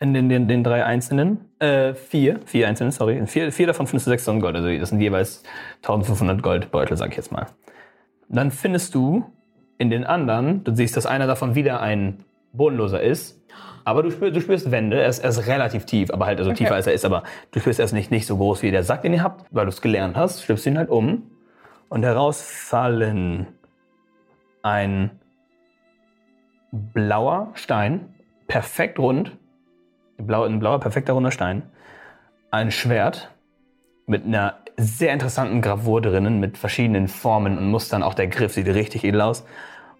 In den, den, den drei einzelnen. Äh, vier. Vier einzelnen, sorry. In vier, vier davon findest du 6000 Gold. Also das sind jeweils 1500 Goldbeutel, sag ich jetzt mal. Dann findest du in den anderen, du siehst, dass einer davon wieder ein Bodenloser ist. Aber du spürst, du spürst Wände, er ist, er ist relativ tief, aber halt also tiefer als er ist, aber du spürst erst nicht, nicht so groß wie der Sack, den ihr habt, weil du es gelernt hast, schlippst ihn halt um und herausfallen ein blauer Stein, perfekt rund, blau, ein blauer, perfekter runder Stein, ein Schwert mit einer sehr interessanten Gravur drinnen, mit verschiedenen Formen und Mustern, auch der Griff sieht richtig edel aus,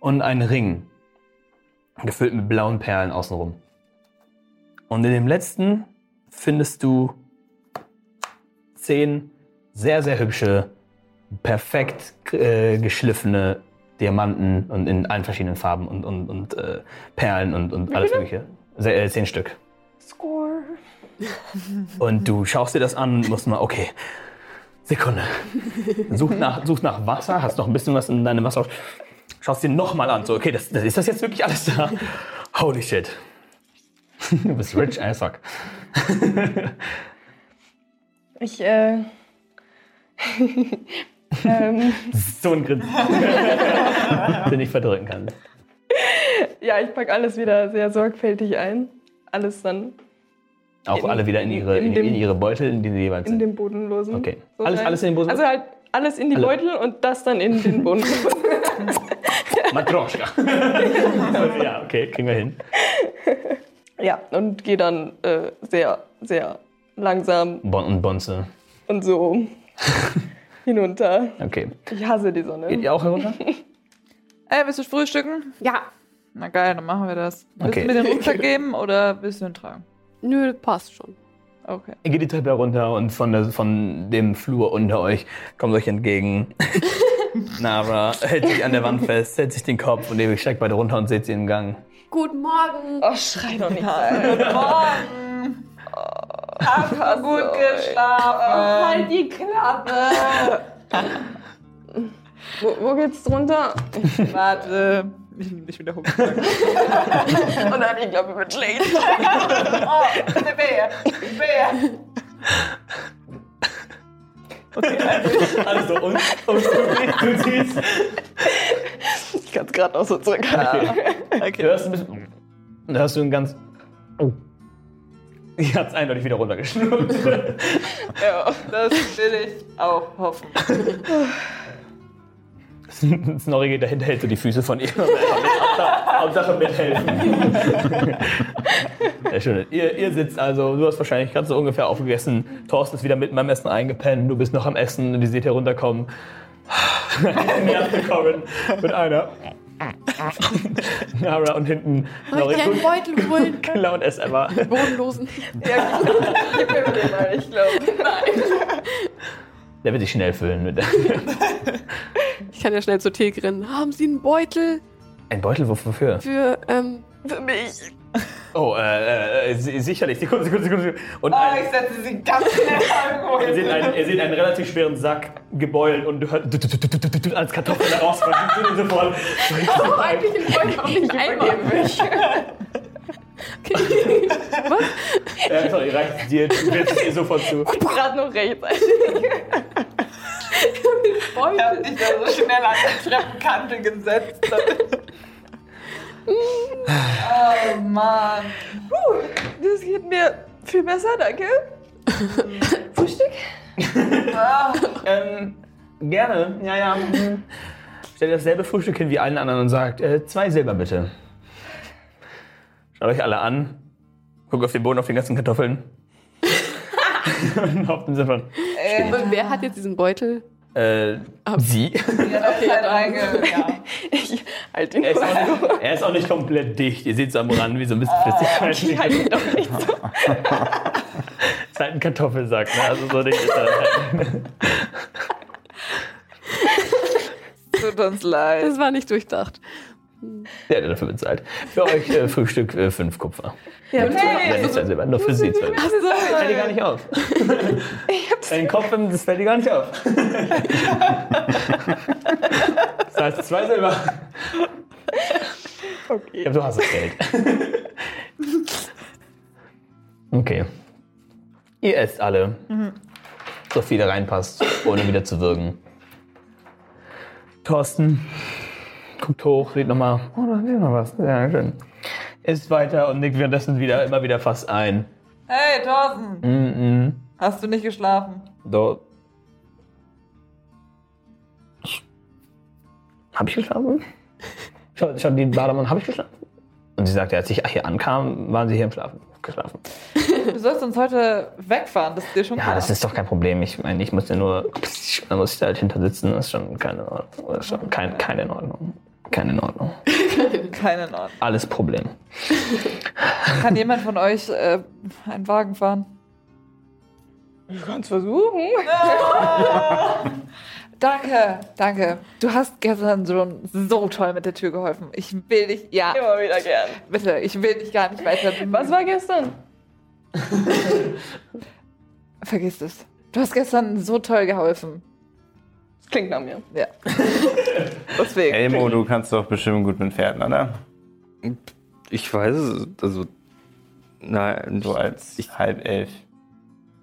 und ein Ring, gefüllt mit blauen Perlen außenrum. Und in dem letzten findest du zehn sehr, sehr hübsche, perfekt äh, geschliffene Diamanten und in allen verschiedenen Farben und, und, und äh, Perlen und, und alles Mögliche. Se, äh, zehn Stück. Score. Und du schaust dir das an und musst mal, okay, Sekunde. Such nach, such nach Wasser, hast noch ein bisschen was in deinem Wasser. Schaust dir nochmal an, so, okay, das, das, ist das jetzt wirklich alles da? Holy shit. Du bist rich as fuck. Ich, äh. ähm, So ein Grinsen, den ich verdrücken kann. ja, ich packe alles wieder sehr sorgfältig ein. Alles dann Auch In- alle wieder in ihre, in in, dem- in ihre Beutel, in die sie jeweils in sind. den Bodenlosen. Okay. So Alles- rein. alles in den Bodenlosen? Also halt alles in die Alle. Beutel und das dann in den Bodenlosen. Matroschka. ja, okay, kriegen wir hin. Ja, und gehe dann äh, sehr, sehr langsam Bon und Bonze. und so hinunter. Okay. Ich hasse die Sonne. Geht ihr auch herunter? Ey, willst du frühstücken? Ja, Na geil, dann machen wir das. Willst Okay. du mir den Rucksack geben oder willst du ihn tragen? nö, passt schon. Okay. Ihr geht die Treppe herunter und von, der, von dem Flur unter euch kommt euch entgegen. Nara hält sich an der Wand fest, hält sich den Kopf und ihr steigt beide runter und seht sie im Gang. Guten Morgen. Oh, schrei doch nicht. Morgen! Oh, Hab gut geschlafen! Halt die Klappe! wo, wo geht's drunter? Warte. Ich bin wieder hochgegangen. Und dann, ich glaube, wird schlecht. Oh, der Bär! Bär! Also und, und du siehst, Ich kann es gerade noch so zurückhalten. du hörst ein bisschen, dann hörst du ein ganz, oh. Ihr habt's eindeutig wieder runtergeschnurrt. Ja, das will ich auch hoffen. Snorri geht dahinter, hält so die Füße von ihr. Hauptsache- Hauptsache mithelfen. Sehr schön. Ihr, ihr sitzt also, du hast wahrscheinlich gerade so ungefähr aufgegessen. Thorsten ist wieder mitten beim Essen eingepennt. Du bist noch am Essen und ihr seht herunterkommen. Nervgekommen mit einer. Nara und hinten Snorri. Soll ich dir einen Beutel holen? Clown ist aber. Bodenlosen. Ja, gib mir den mal, ich glaube. Nein. Der wird sich schnell füllen. Mit Ich kann ja schnell zur Theke rennen. Haben Sie einen Beutel Ein Beutel, wof- wofür? für, ähm, Für mich. Oh, äh, äh, si- sicherlich. Sekunde, Sekunde, Sekunde. Und Oh, ein- ich setze sie ganz schnell irgendwo Ihr hin. seht, einen, ihr seht einen relativ schweren Sack gebeult und du hört du- du- du- du- du- du- als Kartoffel rausfallen. Und sofort. eigentlich einen Beutel auf den Eimer? mich. Äh, sorry, reicht es dir, du wirfst es ihr sofort zu. Gerade noch rechts. Ich hab dich da so schnell an die Treppenkante gesetzt. oh Mann. Das geht mir viel besser, danke. Frühstück? Ähm, gerne, ja, ja. stellt dasselbe Frühstück hin wie allen anderen und sagt, äh, zwei Silber bitte. Schaut euch alle an, guckt auf den Boden, auf die ganzen Kartoffeln. und auf den Ziffern. Und wer hat jetzt diesen Beutel? Äh, sie? Ja, da ist halt reinge. Ja. Ich halt ihn Er ist, auch kurz. nicht, er ist auch nicht komplett dicht. Ihr seht so am Rand, wie so ein bisschen flüssig. Ich halte ihn doch nicht so. ist halt ein Kartoffelsack, ne? Also so dicht ist er halt. Tut uns leid. Das war nicht durchdacht. Der hat dafür bezahlt. Für euch äh, Frühstück äh, fünf Kupfer. Ja, Ja, hey, nicht zwei Silber, nur für sie zwei. Das fällt dir gar nicht auf. Dein Kopf, das fällt dir gar nicht auf. Das heißt zwei Silber. Okay. Ja, du hast das Geld. Okay. Ihr esst alle. So viel da reinpasst, ohne wieder zu wirken. Thorsten guckt hoch, sieht nochmal. Oh, da sieht noch was. Ja, schön. Isst weiter und nickt währenddessen wieder, immer wieder fast ein. Mm, Hey, Thorsten, Mm-mm. hast du nicht geschlafen? Da. Hab ich geschlafen? Schaut, schaut die Bademann, hab ich geschlafen? Und sie sagte, als ich hier ankam, waren sie hier im Schlafen. Geschlafen. Du sollst uns heute wegfahren, das ist dir schon Ja, klar. das ist doch kein Problem. Ich meine, ich muss ja nur. Dann muss ich da halt hinter sitzen. Das ist schon keine in Ordnung. Das ist schon kein, keine in Ordnung. Keine in Ordnung. Keine in Ordnung. Alles Problem. Kann jemand von euch äh, einen Wagen fahren? du kannst versuchen. Danke, danke. Du hast gestern schon so toll mit der Tür geholfen. Ich will dich, ja, Immer wieder gern. bitte, ich will dich gar nicht weiter. Was war gestern? Vergiss es. Du hast gestern so toll geholfen. Das klingt nach mir. Ja. Deswegen. Elmo, du kannst doch bestimmt gut mit Pferden, oder? Ich weiß es, also. Nein, So als Ich- halb elf.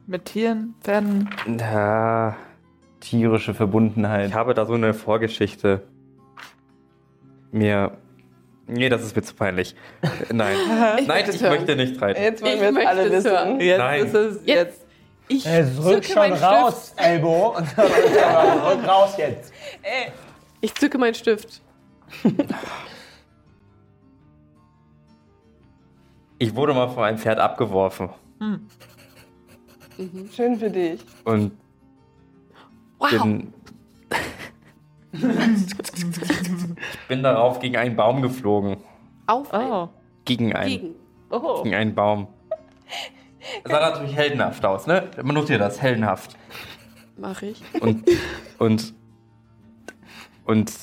Mit Tieren, Pferden. na, Tierische Verbundenheit. ich habe da so eine Vorgeschichte. Mir. Nee, das ist mir zu peinlich. Äh, Nein. Nein, Ich möchte es ich hören. möchte nicht reiten. Jetzt wollen Ich wir es möchte alle es wissen. hören. Jetzt Nein. ist es jetzt. Ich Ey, rück zücke schon meinen raus, Elbow. rück raus jetzt. Stift. Ich zücke meinen Stift. Ich wurde mal von einem Pferd abgeworfen. Schön für dich. Und Wow. bin. ich bin darauf gegen einen Baum geflogen. Auf einen Oh. Gegen einen. Gegen. Oh. gegen einen Baum. Sah natürlich heldenhaft aus, ne? Man notiert das, heldenhaft. Mach ich. Und, und, und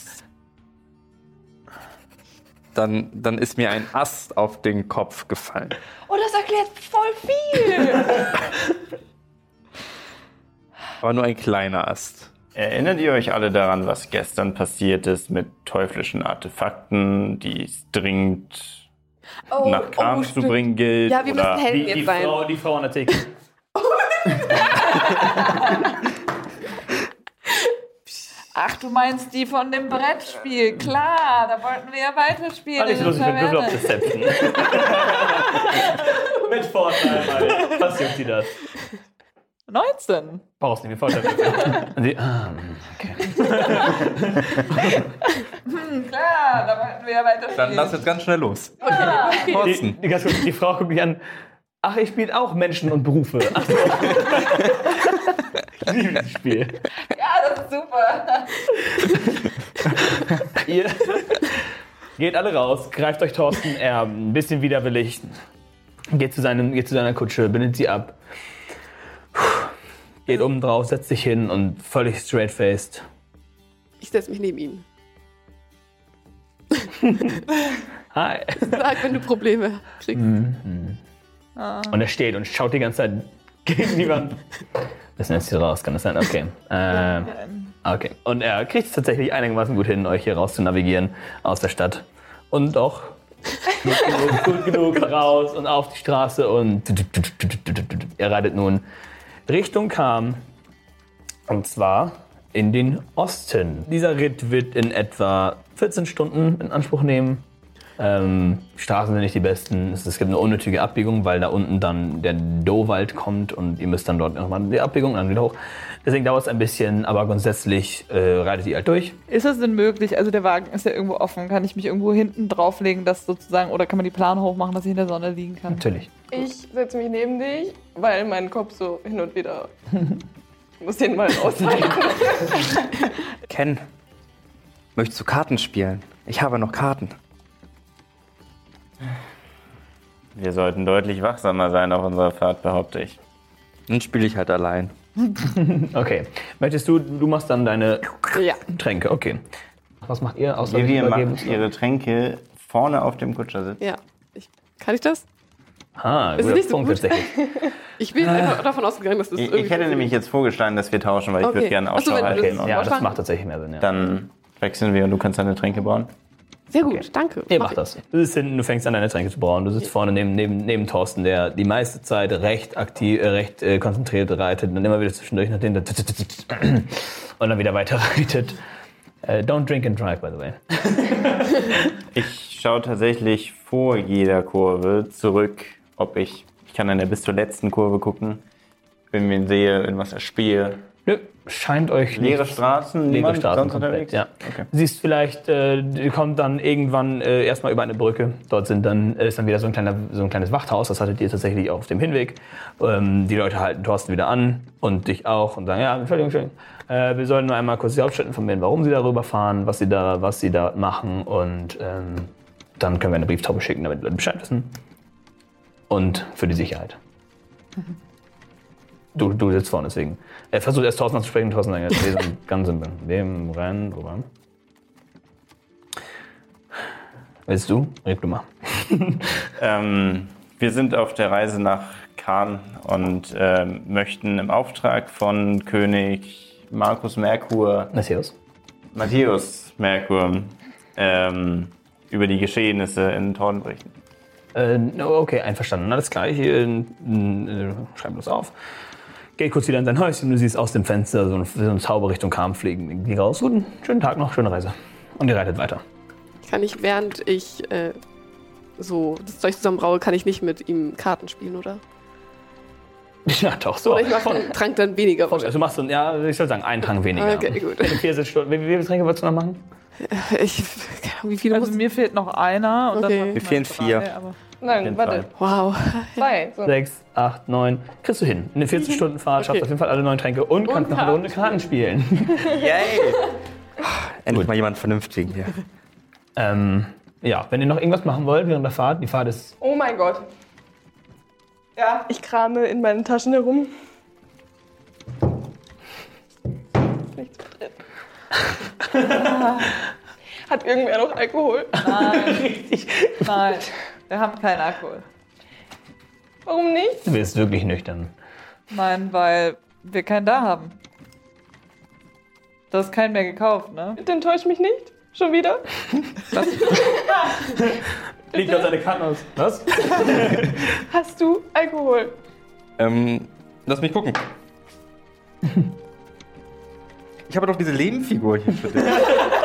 dann, dann ist mir ein Ast auf den Kopf gefallen. Oh, das erklärt voll viel. Aber nur ein kleiner Ast. Erinnert ihr euch alle daran, was gestern passiert ist mit teuflischen Artefakten, die es dringend Oh, nach Kram oh, zu stimmt. bringen gilt? Ja, wir oder müssen Helden jetzt sein. die Frau an der Theke. Ach, du meinst die von dem Brettspiel. Klar, da wollten wir ja weiterspielen. Fand ich Ah, so lustig mit Würfel auf Deception. mit Vorteil, weil was juckt sie das? 19. Brauchst nicht mit Vorteil. Und sie, ah, okay. Klar, da wollten wir ja weiterspielen. Dann lass jetzt ganz schnell los. Die, Thorsten, die, ganz kurz, die Frau guckt mich an. Ach, ihr spielt auch Menschen und Berufe. Ach so. Ich liebe das Spiel. ja, das ist super. Ihr geht alle raus, greift euch Thorsten, er ein bisschen widerwillig, geht zu, seinem, geht zu seiner Kutsche, bindet sie ab, geht oben drauf, setzt sich hin und völlig straight-faced. Ich setze mich neben ihn. Hi. Sag, wenn du Probleme kriegst. Mhm. Und er steht und schaut die ganze Zeit gegen die Wand. Das ist hier raus, kann das sein? Okay. Ähm, okay. Und er kriegt es tatsächlich einigermaßen gut hin, euch hier raus zu navigieren aus der Stadt. Und auch gut genug, gut genug raus und auf die Straße und er reitet nun Richtung Kam. Und zwar in den Osten. Dieser Ritt wird in etwa 14 Stunden in Anspruch nehmen. Ähm, Straßen sind nicht die besten. Es, es gibt eine unnötige Abbiegung, weil da unten dann der Dohwald kommt und ihr müsst dann dort irgendwann die Abbiegung und dann wieder hoch. Deswegen dauert es ein bisschen, aber grundsätzlich äh, reitet ihr halt durch. Ist das denn möglich? Also der Wagen ist ja irgendwo offen. Kann ich mich irgendwo hinten drauflegen, dass sozusagen, oder kann man die Plan hochmachen, dass ich in der Sonne liegen kann? Natürlich. Ich setze mich neben dich, weil mein Kopf so hin und wieder. Ich muss den mal aushalten. Ken, möchtest du Karten spielen? Ich habe noch Karten. Wir sollten deutlich wachsamer sein auf unserer Fahrt, behaupte ich. Dann spiele ich halt allein. Okay. Möchtest du, du machst dann deine ja. Tränke, okay. Was macht ihr außer Vivian übergeben? macht ihre Tränke vorne auf dem Kutscher Ja. Ich, kann ich das? Ah, Ist guter nicht so Punkt gut. tatsächlich. Ich Ah. bin einfach davon ausgegangen, dass das Ich, irgendwie ich hätte nämlich jetzt vorgeschlagen, dass wir tauschen, weil ich Okay. würde gerne Ach so, Ausschau wenn du halten. das- Und Ja, Vorschlag? das macht tatsächlich mehr Sinn, ja. Dann wechseln wir und du kannst deine Tränke bauen. Sehr gut, danke. Ihr Mach macht das. Du sitzt hinten, du fängst an, deine Tränke zu brauen. Du sitzt vorne neben, neben, neben Thorsten, der die meiste Zeit recht aktiv, äh, recht äh, konzentriert reitet und dann immer wieder zwischendurch nach dem und dann wieder weiter reitet. Äh, don't drink and drive, by the way. Ich schaue tatsächlich vor jeder Kurve zurück, ob ich. Ich kann dann ja bis zur letzten Kurve gucken, wenn wir ihn sehe, in was er spiele. Nö, scheint euch Leere nichts- Straßen, leere niemand Straßen sonst komplett, unterwegs? ja. Okay. Siehst vielleicht, äh, die kommt dann irgendwann äh, erstmal über eine Brücke. Dort sind dann, äh, ist dann wieder so ein, kleiner, so ein kleines Wachthaus. Das hattet ihr tatsächlich auch auf dem Hinweg. Ähm, die Leute halten Thorsten wieder an und dich auch und sagen, ja, Entschuldigung, Entschuldigung. Äh, wir sollen nur einmal kurz die Hauptstadt informieren, warum sie darüber fahren, was sie da, was sie da machen. Und ähm, dann können wir eine Brieftaube schicken, damit die Leute Bescheid wissen. Und für die Sicherheit. Du, du sitzt vorne, deswegen. Er versucht erst Thorsten anzusprechen, Thorsten sagt, wir sind ganz simpel. Dem rein, drüber. Willst du? Red du mal. Ähm, wir sind auf der Reise nach Cannes und ähm, möchten im Auftrag von König Markus Merkur Messias. Matthäus Merkur ähm, über die Geschehnisse in Thorn berichten. Äh, okay, einverstanden. Alles klar, ich äh, äh, schreibe das auf. Geht kurz wieder in sein Häuschen, du siehst aus dem Fenster so eine, so eine Taube Richtung Kam fliegen. Geh raus, guten, schönen Tag noch, schöne Reise. Und ihr reitet weiter. ich. Kann ich, während ich äh, so das Zeug zusammenbraue, kann ich nicht mit ihm Karten spielen, oder? Ja, doch, so. Oder ich mache Von- den Trank dann weniger. von- also machst du, ja, ich soll sagen, einen Trank weniger. Okay, gut. Vier sind Stunden. Wie wie viele Tränke wolltest du noch machen? Ich, keine Ahnung, wie viele Also muss mir fehlt noch einer. Und Okay. dann Mir fehlen vier. Aber Nein, warte. Wow. Zwei. So. Sechs, acht, neun. Kriegst du hin. Eine 40-Stunden-Fahrt, schaffst Okay. auf jeden Fall alle neun Tränke und, kannst noch eine Runde Karten spielen. Yay! Endlich mal jemand Vernünftigen hier. Ähm, ja, wenn ihr noch irgendwas machen wollt während der Fahrt, die Fahrt ist. Oh mein Gott. Ja. Ich krame in meinen Taschen herum. Ist Nichts drin. Hat irgendwer noch Alkohol? nein, wir haben keinen Alkohol. Warum nicht? Du bist wirklich nüchtern. Nein, weil wir keinen da haben. Du hast keinen mehr gekauft, ne? Bitte enttäusch mich nicht. Schon wieder? Liegt gerade seine Karten aus. Was? Hast du Alkohol? Ähm, lass mich gucken. Ich habe doch diese Lebenfigur hier für dich.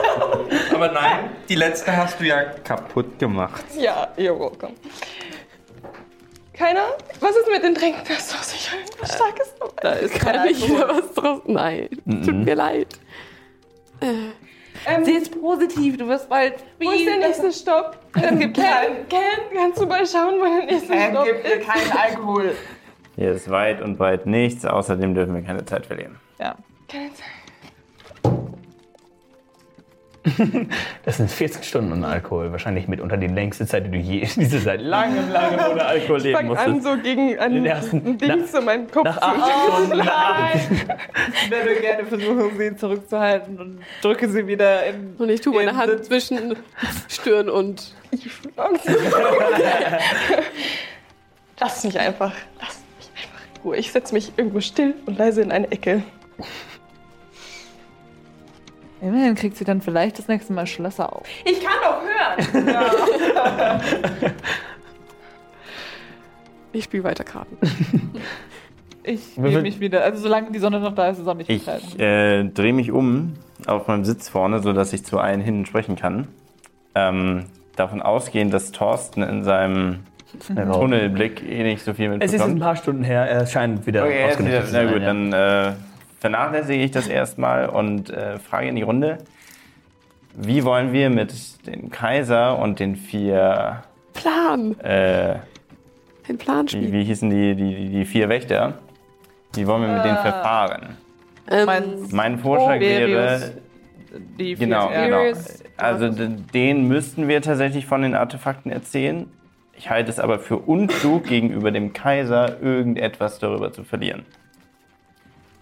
Aber nein, die letzte hast du ja kaputt gemacht. Ja, Jogo, komm. Keiner? Was ist mit den Tränken? Das ist doch sicher ein starkes Äh, Da ist kein Kann ich Alkohol. wieder was draus? Nein, tut mir leid. ähm, Sie ist positiv, du wirst bald Wo ist der nächste Stopp? Ähm, Es gibt keinen. Äh, Ken, Ken, kannst du mal schauen, wo der nächste Stopp ist? keinen Alkohol. Hier ist weit und breit nichts, außerdem dürfen wir keine Zeit verlieren. Ja. Keine Zeit. Das sind 14 Stunden ohne Alkohol. Wahrscheinlich mitunter die längste Zeit, die du je diese seit langem, langem ohne Alkohol Ich leben fang an, musstest. so gegen Den ein ersten- ah, Ding nach- zu meinem Kopf Nach zu acht Stunden. Oh Ich werde gerne versuchen, sie zurückzuhalten und drücke sie wieder in. Und ich tue meine Eben, Hand zwischen Stirn und. Ich ah. schlag's. Lass mich einfach. Lass mich einfach in Ruhe. Ich setze mich irgendwo still und leise in eine Ecke. Immerhin kriegt sie dann vielleicht das nächste Mal Schlösser auf. Ich kann doch hören. Ich spiele weiter Karten. Ich Wie viel- nehme mich wieder. Also solange die Sonne noch da ist, ist es auch nicht Ich gefährlich. äh, drehe mich um auf meinem Sitz vorne, sodass ich zu allen hinten sprechen kann. Ähm, davon ausgehen, dass Thorsten in seinem Tunnelblick eh nicht so viel Es ist ein mitbekommt. paar Stunden her, er scheint wieder Okay, jetzt wieder, ausgenutzt zu na sein. gut, ja. dann äh, vernachlässige ich das erstmal und äh, frage in die Runde. Wie wollen wir mit dem Kaiser und den vier, Plan. äh, Den Plan wie, spielen. wie hießen die, die, die- die vier Wächter, wie wollen wir mit denen verfahren? Ähm, Meinst- Mein Vorschlag wäre, Die vier Genau, Zwerge. genau. Furious. Also d- den müssten wir tatsächlich von den Artefakten erzählen. Ich halte es aber für unklug, gegenüber dem Kaiser irgendetwas darüber zu verlieren.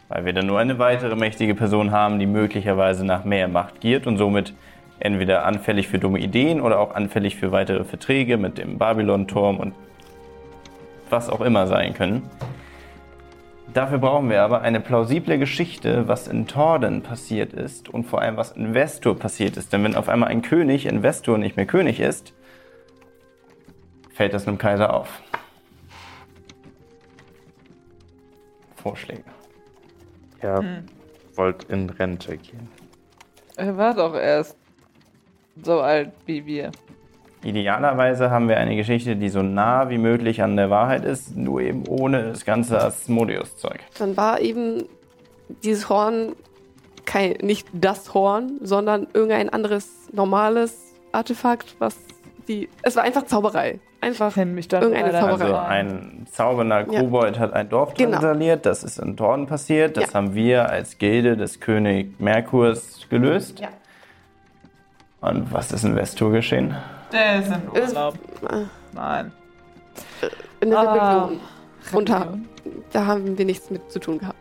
Weil wir dann nur eine weitere mächtige Person haben, die möglicherweise nach mehr Macht giert und somit entweder anfällig für dumme Ideen oder auch anfällig für weitere Verträge mit dem Babylon-Turm und was auch immer sein können. Dafür brauchen wir aber eine plausible Geschichte, was in Torden passiert ist und vor allem was in Vestur passiert ist. Denn wenn auf einmal ein König in Vestur nicht mehr König ist, fällt das einem Kaiser auf. Vorschläge. Ja, wollt in Rente gehen. Er war doch erst so alt wie wir. Idealerweise haben wir eine Geschichte, die so nah wie möglich an der Wahrheit ist, nur eben ohne das ganze Asmodeus-Zeug. dann war eben dieses Horn kein, nicht das Horn, sondern irgendein anderes normales Artefakt, was die. Es war einfach Zauberei. Einfach. Kenn mich dann Irgendeine leider Zauberei. nicht Also aus. ein zaubernder Kobold hat ein Dorf Genau. installiert, das ist in Torden passiert, das Ja. haben wir als Gilde des König Merkurs gelöst. Ja. Und was ist in Westur geschehen? Der ist in Ist- Ah. Urlaub. Nein. Eine Ah. Rebellion. Und da, da haben wir nichts mit zu tun gehabt.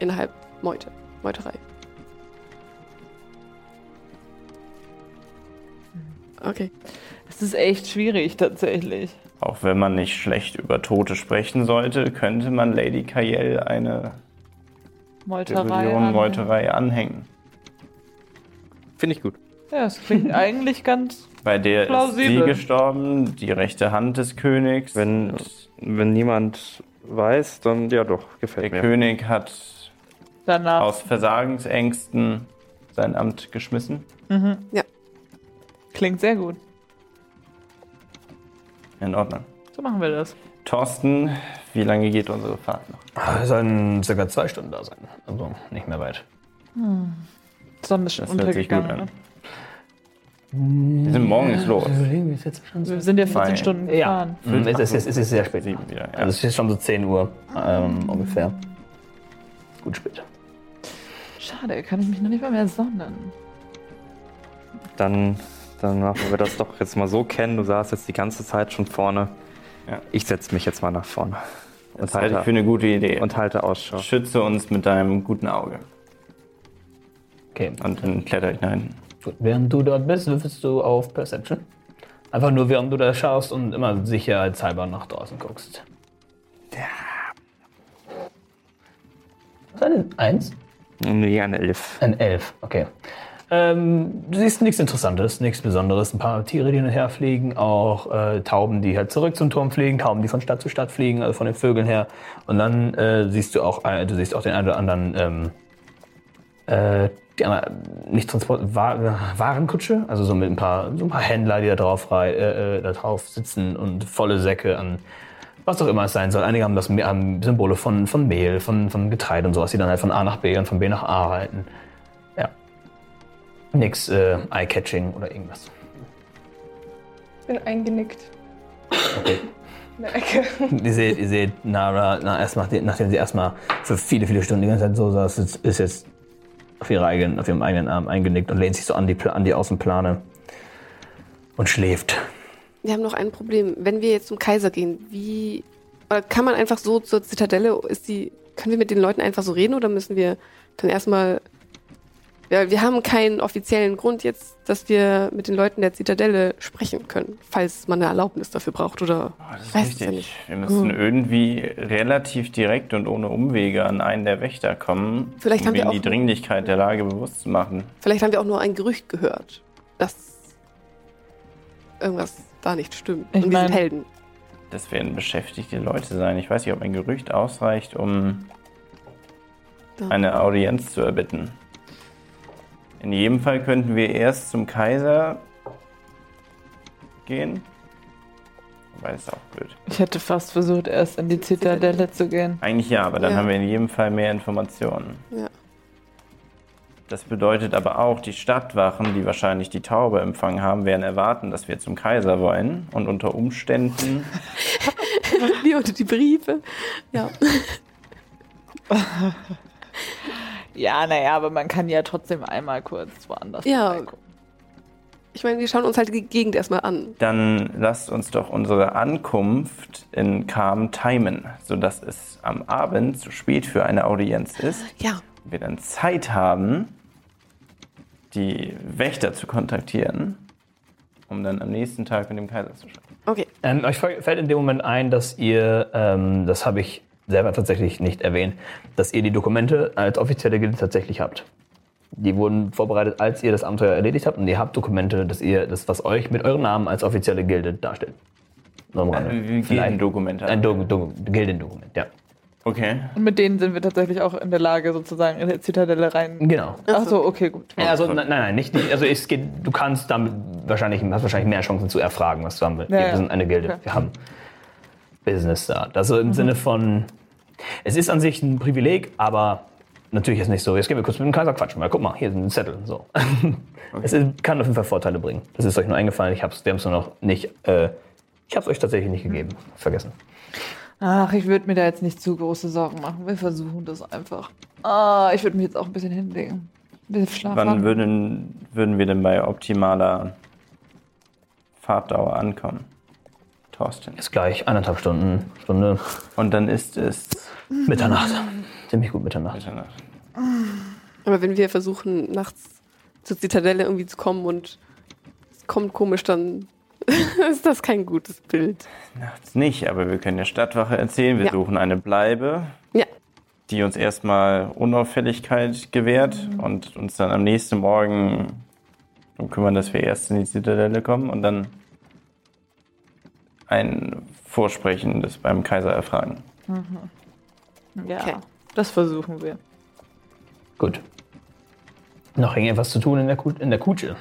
Innerhalb Meute. Meuterei. Okay. Es ist echt schwierig tatsächlich. Auch wenn man nicht schlecht über Tote sprechen sollte, könnte man Lady Cayel eine Meuterei. Rebellion, an- Meuterei anhängen. Finde ich gut. Ja, es klingt eigentlich ganz. Bei der ist Plausibel. sie gestorben, die rechte Hand des Königs. Wenn, wenn niemand weiß, dann ja doch, der gefällt mir. König hat Danach aus Versagensängsten sein Amt geschmissen. klingt sehr gut. In Ordnung. So machen wir das. Thorsten, wie lange geht unsere Fahrt noch? Wir Ah, sollen circa zwei Stunden da sein. Also nicht mehr weit. Sonne ist schon Das hört sich gut untergegangen. an. Wir sind morgens los. überlegen wir es jetzt schon ne? Wir sind ja 14 Bei- Stunden Ja, gefahren. Mhm. es, ist, es ist- es ist sehr spät. Sieben wieder. Ja. Also es ist schon so 10 Uhr ähm, ungefähr. Gut spät. Schade, kann ich mich noch nicht mal mehr sonnen. Dann, dann machen wir das doch jetzt mal so kennen. Du saßt jetzt die ganze Zeit schon vorne. Ja. Ich setze mich jetzt mal nach vorne und das halte ich für halte, eine gute Idee. und halte Ausschau. schütze uns mit deinem guten Auge. Okay. Und dann kletter ich nach hinten. Gut, während du dort bist, würfelst du auf Perception. Einfach nur während du da schaust und immer sicherheitshalber nach draußen guckst. Ja. Eine Eins? Nee, eine Elf. Ein Elf, okay. Ähm, du siehst nichts Interessantes, nichts Besonderes. Ein paar Tiere, die hin und her fliegen, auch äh, Tauben, die halt zurück zum Turm fliegen, Tauben, die von Stadt zu Stadt fliegen, also von den Vögeln her. Und dann äh, siehst du auch, äh, du siehst auch den einen oder anderen, ähm, äh, die andere, nicht Transport, Wa Warenkutsche, also so mit ein paar, so ein paar Händler, die da drauf, rei- äh, äh, da drauf sitzen und volle Säcke an was auch immer es sein soll. Einige haben das haben Symbole von, von Mehl, von, von Getreide und sowas, die dann halt von A nach B und von B nach A halten. Ja. Nix äh, Eye-Catching oder irgendwas. Ich bin eingenickt. In der Ecke. ihr seht, ihr seht Nara, na, erst nach, nachdem sie erstmal für viele, viele Stunden die ganze Zeit so saß, ist, ist jetzt auf, ihre eigenen, auf ihrem eigenen Arm eingenickt und lehnt sich so an die, Pla- an die Außenplane und schläft. Wir haben noch ein Problem. Wenn wir jetzt zum Kaiser gehen, wie. Oder kann man einfach so zur Zitadelle? Ist die. Können wir mit den Leuten einfach so reden oder müssen wir dann erstmal. Ja, wir haben keinen offiziellen Grund jetzt, dass wir mit den Leuten der Zitadelle sprechen können, falls man eine Erlaubnis dafür braucht oder. Oh, das ist Weiß richtig. ja nicht. Hm. Wir müssen irgendwie relativ direkt und ohne Umwege an einen der Wächter kommen, Vielleicht um haben wir ihnen die auch- Dringlichkeit der Lage bewusst zu machen. Vielleicht haben wir auch nur ein Gerücht gehört, dass irgendwas da nicht stimmt. Ich Und wir mein- sind Helden. Das werden beschäftigte Leute sein. Ich weiß nicht, ob ein Gerücht ausreicht, um Da. eine Audienz zu erbitten. In jedem Fall könnten wir erst zum Kaiser gehen. Wobei das ist auch blöd. Ich hätte fast versucht, erst in die Zitadelle zu gehen. Eigentlich ja, aber dann Ja. haben wir in jedem Fall mehr Informationen. Ja. Das bedeutet aber auch, die Stadtwachen, die wahrscheinlich die Taube empfangen haben, werden erwarten, dass wir zum Kaiser wollen. Und unter Umständen Wie unter die Briefe. Ja. Ja, naja, aber man kann ja trotzdem einmal kurz woanders Ja. vorbeigucken. Ich meine, wir schauen uns halt die Gegend erstmal an. Dann lasst uns doch unsere Ankunft in Kam timen, sodass es am Abend zu spät für eine Audienz ist. Ja. und Wir dann Zeit haben, die Wächter zu kontaktieren, um dann am nächsten Tag mit dem Kaiser zu sprechen. Okay. Ähm, euch fäll- fällt in dem Moment ein, dass ihr, ähm, das habe ich selber tatsächlich nicht erwähnt, dass ihr die Dokumente als offizielle Gilde tatsächlich habt. Die wurden vorbereitet, als ihr das Abenteuer erledigt habt und ihr habt Dokumente, dass ihr das, was euch mit eurem Namen als offizielle Gilde darstellt. Nur am Äh, Rande. Vielleicht- Dokumente. Also Ein Do Do Gildendokument, ja. Okay. Und mit denen sind wir tatsächlich auch in der Lage, sozusagen in der Zitadelle rein. Genau. Ach so, okay, gut. Ja, also, nein, nein, nicht die, also es geht, du kannst damit wahrscheinlich, hast wahrscheinlich mehr Chancen zu erfragen, was du haben willst. Ja, wir ja. Mhm. sind eine Gilde, Okay. wir haben Business da. Also im Sinne von, es ist an sich ein Privileg, aber natürlich ist nicht so. Jetzt gehen wir kurz mit dem Kaiser quatschen, mal guck mal, hier ist ein Zettel, so. Es ist, kann auf jeden Fall Vorteile bringen. Das ist euch nur eingefallen, ich hab's, wir haben es nur noch nicht, äh, ich hab's euch tatsächlich nicht gegeben, vergessen. Ach, ich würde mir da jetzt nicht zu große Sorgen machen. Wir versuchen das einfach. Ah, ich würde mich jetzt auch ein bisschen hinlegen. Ein bisschen Wann schlafen. würden, würden wir denn bei optimaler Fahrtdauer ankommen? Thorsten. Ist gleich eineinhalb Stunden, Stunde, Und dann ist es Mitternacht. Mhm. Ziemlich gut Mitternacht. Mitternacht. Aber wenn wir versuchen, nachts zur Zitadelle irgendwie zu kommen und es kommt komisch, dann ist das kein gutes Bild. Nachts nicht, aber wir können der Stadtwache erzählen, wir Ja. suchen eine Bleibe, Ja. die uns erstmal Unauffälligkeit gewährt und uns dann am nächsten Morgen darum kümmern, dass wir erst in die Zitadelle kommen und dann ein Vorsprechen das beim Kaiser erfragen. Ja, Okay. das versuchen wir. Gut. Noch irgendwas zu tun in der, Ku in der Kutsche?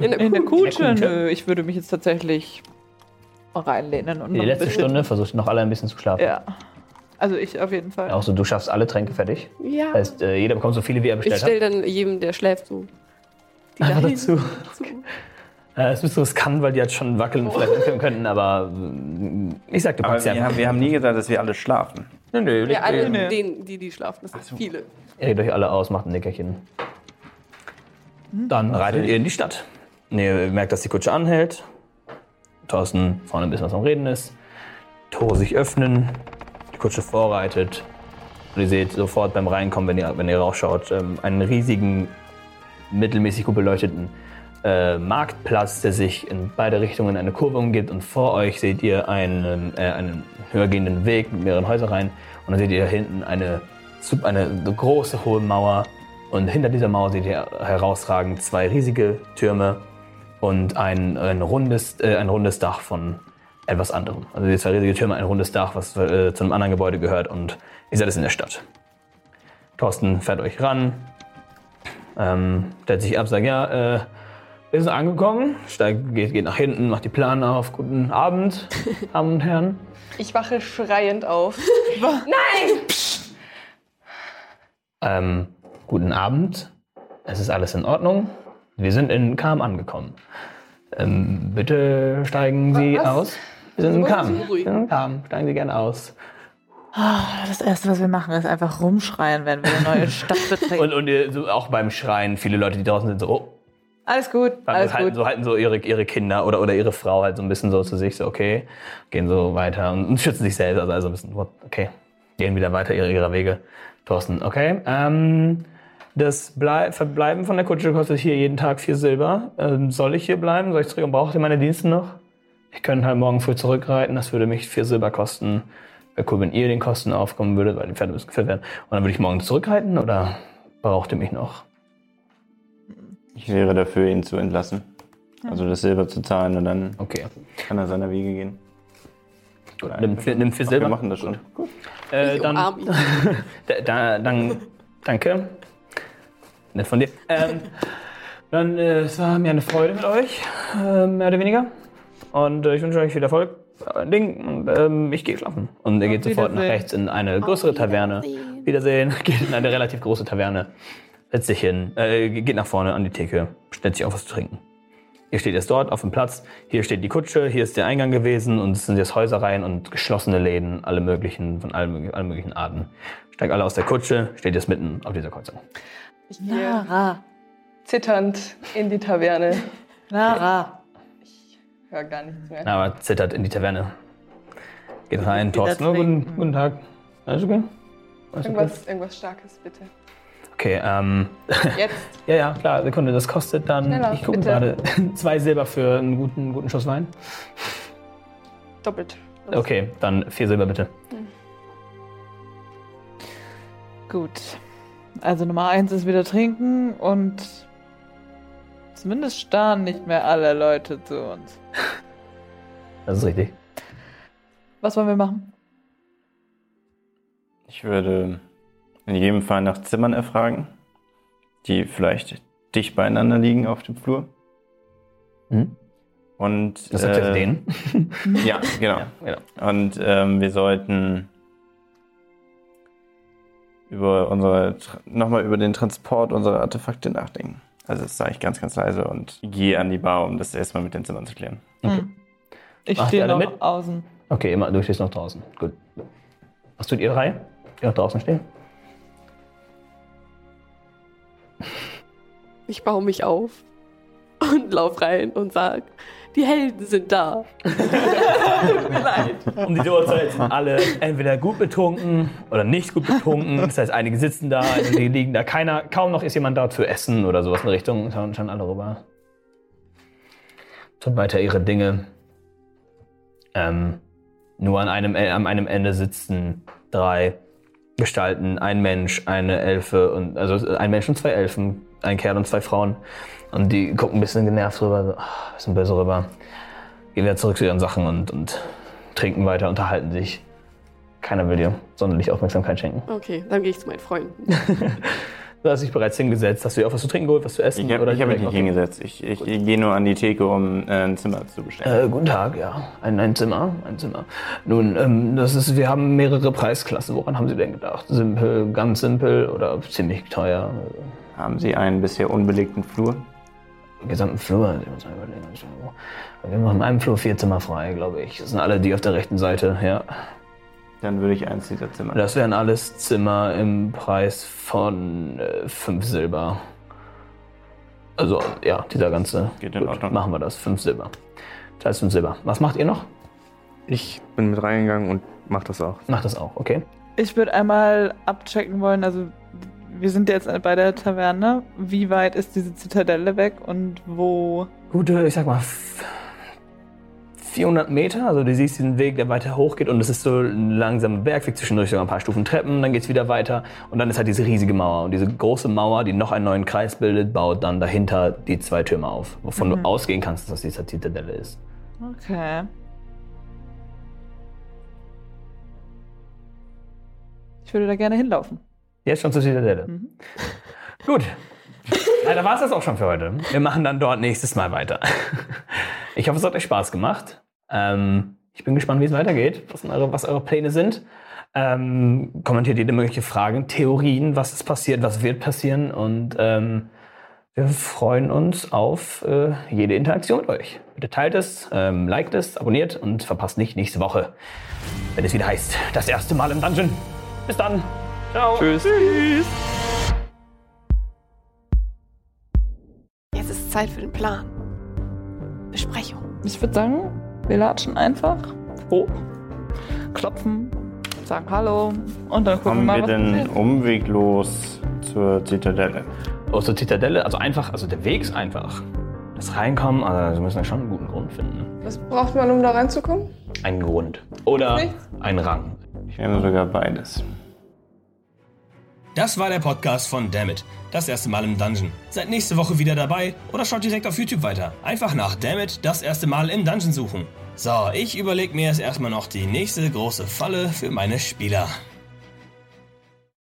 In der In der Kutsche? Kutsche? Nö, ich würde mich jetzt tatsächlich reinlehnen und Die noch ein letzte bisschen- Stunde versucht noch alle ein bisschen zu schlafen. Ja. Also ich auf jeden Fall. Auch so, du schaffst alle Tränke fertig. ja. Das heißt, äh, jeder bekommt so viele, wie er Ich bestellt stelle hat. dann jedem, der schläft, so die Einfach dahin dazu. zu. Äh, es ist so riskant, weil die jetzt schon wackeln und Oh. vielleicht umkippen könnten, aber mm, ich sag, du Aber packst sie wir einfach. haben, wir haben nie gesagt, dass wir alle schlafen. Nö, nö, Ja, alle Nee. denen, die, die schlafen. Das sind viele. Ihr geht euch alle aus, macht ein Nickerchen. Dann reitet ihr in die Stadt. Nee, ihr merkt, dass die Kutsche anhält. Thorsten vorne ein bisschen was am Reden ist. Tore sich öffnen. Die Kutsche vorreitet. Und ihr seht sofort beim Reinkommen, wenn ihr, wenn ihr rausschaut, ähm, einen riesigen, mittelmäßig gut beleuchteten äh, Marktplatz, der sich in beide Richtungen eine Kurve umgibt. Und vor euch seht ihr einen, äh, einen höhergehenden Weg mit mehreren Häuserreihen. Und dann seht ihr hinten eine, sup- eine große, hohe Mauer. Und hinter dieser Mauer seht ihr herausragend zwei riesige Türme und ein, ein, rundes, äh, ein rundes Dach von etwas anderem. Also die zwei riesige Türme, ein rundes Dach, was äh, zu einem anderen Gebäude gehört. Und ihr seid es in der Stadt. Thorsten fährt euch ran, ähm, stellt sich ab, sagt, ja, äh, wir sind angekommen, steigt, geht, geht nach hinten, macht die Plane auf. Guten Abend, Damen und Herren. Ich wache schreiend auf. Ähm, guten Abend. Es ist alles in Ordnung. Wir sind in Kam angekommen. Ähm, bitte steigen Sie aus. Wir sind in wollen Kam. Sie Wir sind in Kam. Steigen Sie gerne aus. Das erste, was wir machen, ist einfach rumschreien, wenn wir eine neue Stadt betreten. Und, und ihr- so auch beim Schreien, viele Leute, die draußen sind, so, oh, alles gut, alles halten, halt gut. so halten so ihre, ihre Kinder oder, oder ihre Frau halt so ein bisschen so zu sich, so okay, gehen so weiter und, und schützen sich selbst, also, also ein bisschen, what, okay, gehen wieder weiter ihre, ihrer Wege. Thorsten, okay, ähm, das Blei Verbleiben von der Kutsche kostet hier jeden Tag vier Silber. Ähm, soll ich hier bleiben? Soll ich zurück? Und braucht ihr meine Dienste noch? Ich könnte halt morgen früh zurückreiten, das würde mich vier Silber kosten. Wäre cool, wenn ihr den Kosten aufkommen würdet, weil die Pferde müssen geführt werden. Und dann würde ich morgen zurückreiten oder braucht ihr mich noch? Ich wäre dafür, ihn zu entlassen. Also das Silber zu zahlen und dann Okay, kann er seiner Wege gehen. gut, nimm, vier- nimm vier Ach, Silber. Wir machen das schon. Gut. Äh, Ich dann, umarm ihn. Da, da, dann, danke. Nett von dir. Ähm, dann, äh, es war mir eine Freude mit euch, äh, mehr oder weniger. Und äh, ich wünsche euch viel Erfolg. Äh, Ding, und, ähm, ich gehe schlafen. Und er geht sofort nach Wiedersehen. rechts in eine größere Taverne. Wiedersehen. Geht in eine relativ große Taverne. Setzt sich hin, äh, geht nach vorne an die Theke, stellt sich auf was zu trinken. Ihr steht jetzt dort auf dem Platz. Hier steht die Kutsche, hier ist der Eingang gewesen und es sind jetzt Häuserreihen und geschlossene Läden, alle möglichen, von allen, allen möglichen Arten. Steigt alle aus der Kutsche, steht jetzt mitten auf dieser Kreuzung. Ich gehe Nara. zitternd in die Taverne. Nara. Ich höre gar nichts mehr. Aber zittert in die Taverne. Geht rein, wieder Thorsten. Oh, guten, trinken. guten Tag. Alles okay? Alles okay? Irgendwas, irgendwas Starkes, bitte. Okay, ähm, Jetzt. ja, ja, klar, Sekunde, das kostet dann, Schneller, ich gucke bitte. gerade, zwei Silber für einen guten, guten Schuss Wein. Doppelt. Das- Okay, dann vier Silber bitte. Gut. Also Nummer eins ist wieder trinken und zumindest starren nicht mehr alle Leute zu uns. Das ist richtig. Was wollen wir machen? Ich würde in jedem Fall nach Zimmern erfragen, die vielleicht dicht beieinander liegen auf dem Flur. Mhm. Und, Das sagt äh, jetzt den. Ja, genau. genau. Und ähm, wir sollten über unsere Tra- nochmal über den Transport unserer Artefakte nachdenken. Also das sage ich ganz, ganz leise und gehe an die Bar, um das erstmal mit den Zimmern zu klären. Ich Macht ihr stehe alle noch mit? außen. Okay, immer, du stehst noch draußen. Gut. Was tut ihr drei? Ihr noch draußen stehen? Ich baue mich auf und lauf rein und sag, die Helden sind da. Um diese Uhrzeit sind alle entweder gut betrunken oder nicht gut betrunken. Das heißt, einige sitzen da, einige liegen da. Keiner, kaum noch ist jemand da zu essen oder sowas in der Richtung. Schauen, schauen alle rüber. Tun weiter ihre Dinge. Ähm, nur an einem, äh, an einem Ende sitzen drei Gestalten. Ein Mensch, eine Elfe und, also ein Mensch und zwei Elfen. Ein Kerl und zwei Frauen. Und die gucken ein bisschen genervt rüber, so, ah, ein bisschen böse rüber. Gehen wieder zurück zu ihren Sachen und, und trinken weiter, unterhalten sich. Keiner will dir sonderlich Aufmerksamkeit schenken. Okay, dann gehe ich zu meinen Freunden. Du hast dich bereits hingesetzt. Hast du dir auch was zu trinken geholt, was zu essen? Ich habe hab mich direkt- nicht hingesetzt. Ich, ich, ich gehe nur an die Theke, um äh, ein Zimmer zu bestellen. Äh, guten Tag, ja. Ein, ein Zimmer, ein Zimmer. Nun, ähm, das ist, wir haben mehrere Preisklassen. Woran haben Sie denn gedacht? Simpel, ganz simpel oder ziemlich teuer? Haben Sie einen bisher unbelegten Flur? Den gesamten Flur, ich muss mal überlegen. Also, Wir haben in einem Flur vier Zimmer frei, glaube ich. Das sind alle die auf der rechten Seite, ja. Dann würde ich eins dieser Zimmer. Das wären alles Zimmer im Preis von äh, fünf Silber. Also, ja, dieser ganze. Geht in Ordnung. Machen wir das. Fünf Silber. Das heißt fünf Silber. Was macht ihr noch? Ich bin mit reingegangen und mach das auch. Macht das auch, okay. Ich würde einmal abchecken wollen, also wir sind jetzt bei der Taverne. Wie weit ist diese Zitadelle weg und wo? Gute, äh, ich sag mal, f- 400 Meter. Also, du siehst diesen Weg, der weiter hochgeht. Und es ist so ein langsamer Bergweg zwischendurch, sogar ein paar Stufen Treppen. Dann geht's wieder weiter. Und dann ist halt diese riesige Mauer. Und diese große Mauer, die noch einen neuen Kreis bildet, baut dann dahinter die zwei Türme auf. Wovon du ausgehen kannst, dass das diese Zitadelle ist. Okay. Ich würde da gerne hinlaufen. Jetzt schon zur Zitadelle. Mhm. Gut. Na, dann war es das auch schon für heute. Wir machen dann dort nächstes Mal weiter. Ich hoffe, es hat euch Spaß gemacht. Ähm, ich bin gespannt, wie es weitergeht, was eure, was eure Pläne sind. Ähm, kommentiert jede mögliche Fragen, Theorien, was ist passiert, was wird passieren. Und ähm, wir freuen uns auf äh, jede Interaktion mit euch. Bitte teilt es, ähm, liked es, abonniert und verpasst nicht nächste Woche, wenn es wieder heißt, das erste Mal im Dungeon. Bis dann. Ciao. Tschüss. Jetzt ist Zeit für den Plan. Besprechung. Ich würde sagen, wir latschen einfach hoch, klopfen, sagen Hallo und dann gucken Kommen wir mal, wir was denn passiert. umweglos zur Zitadelle? Aus der Zitadelle, also einfach, also der Weg ist einfach. Das Reinkommen, also wir müssen ja schon einen guten Grund finden. Was braucht man, um da reinzukommen? Einen Grund. Oder Nichts. einen Rang. Ich nehme sogar beides. Das war der Podcast von Dammit, das erste Mal im Dungeon. Seid nächste Woche wieder dabei oder schaut direkt auf YouTube weiter. Einfach nach Dammit, das erste Mal im Dungeon suchen. So, ich überlege mir jetzt erstmal noch die nächste große Falle für meine Spieler.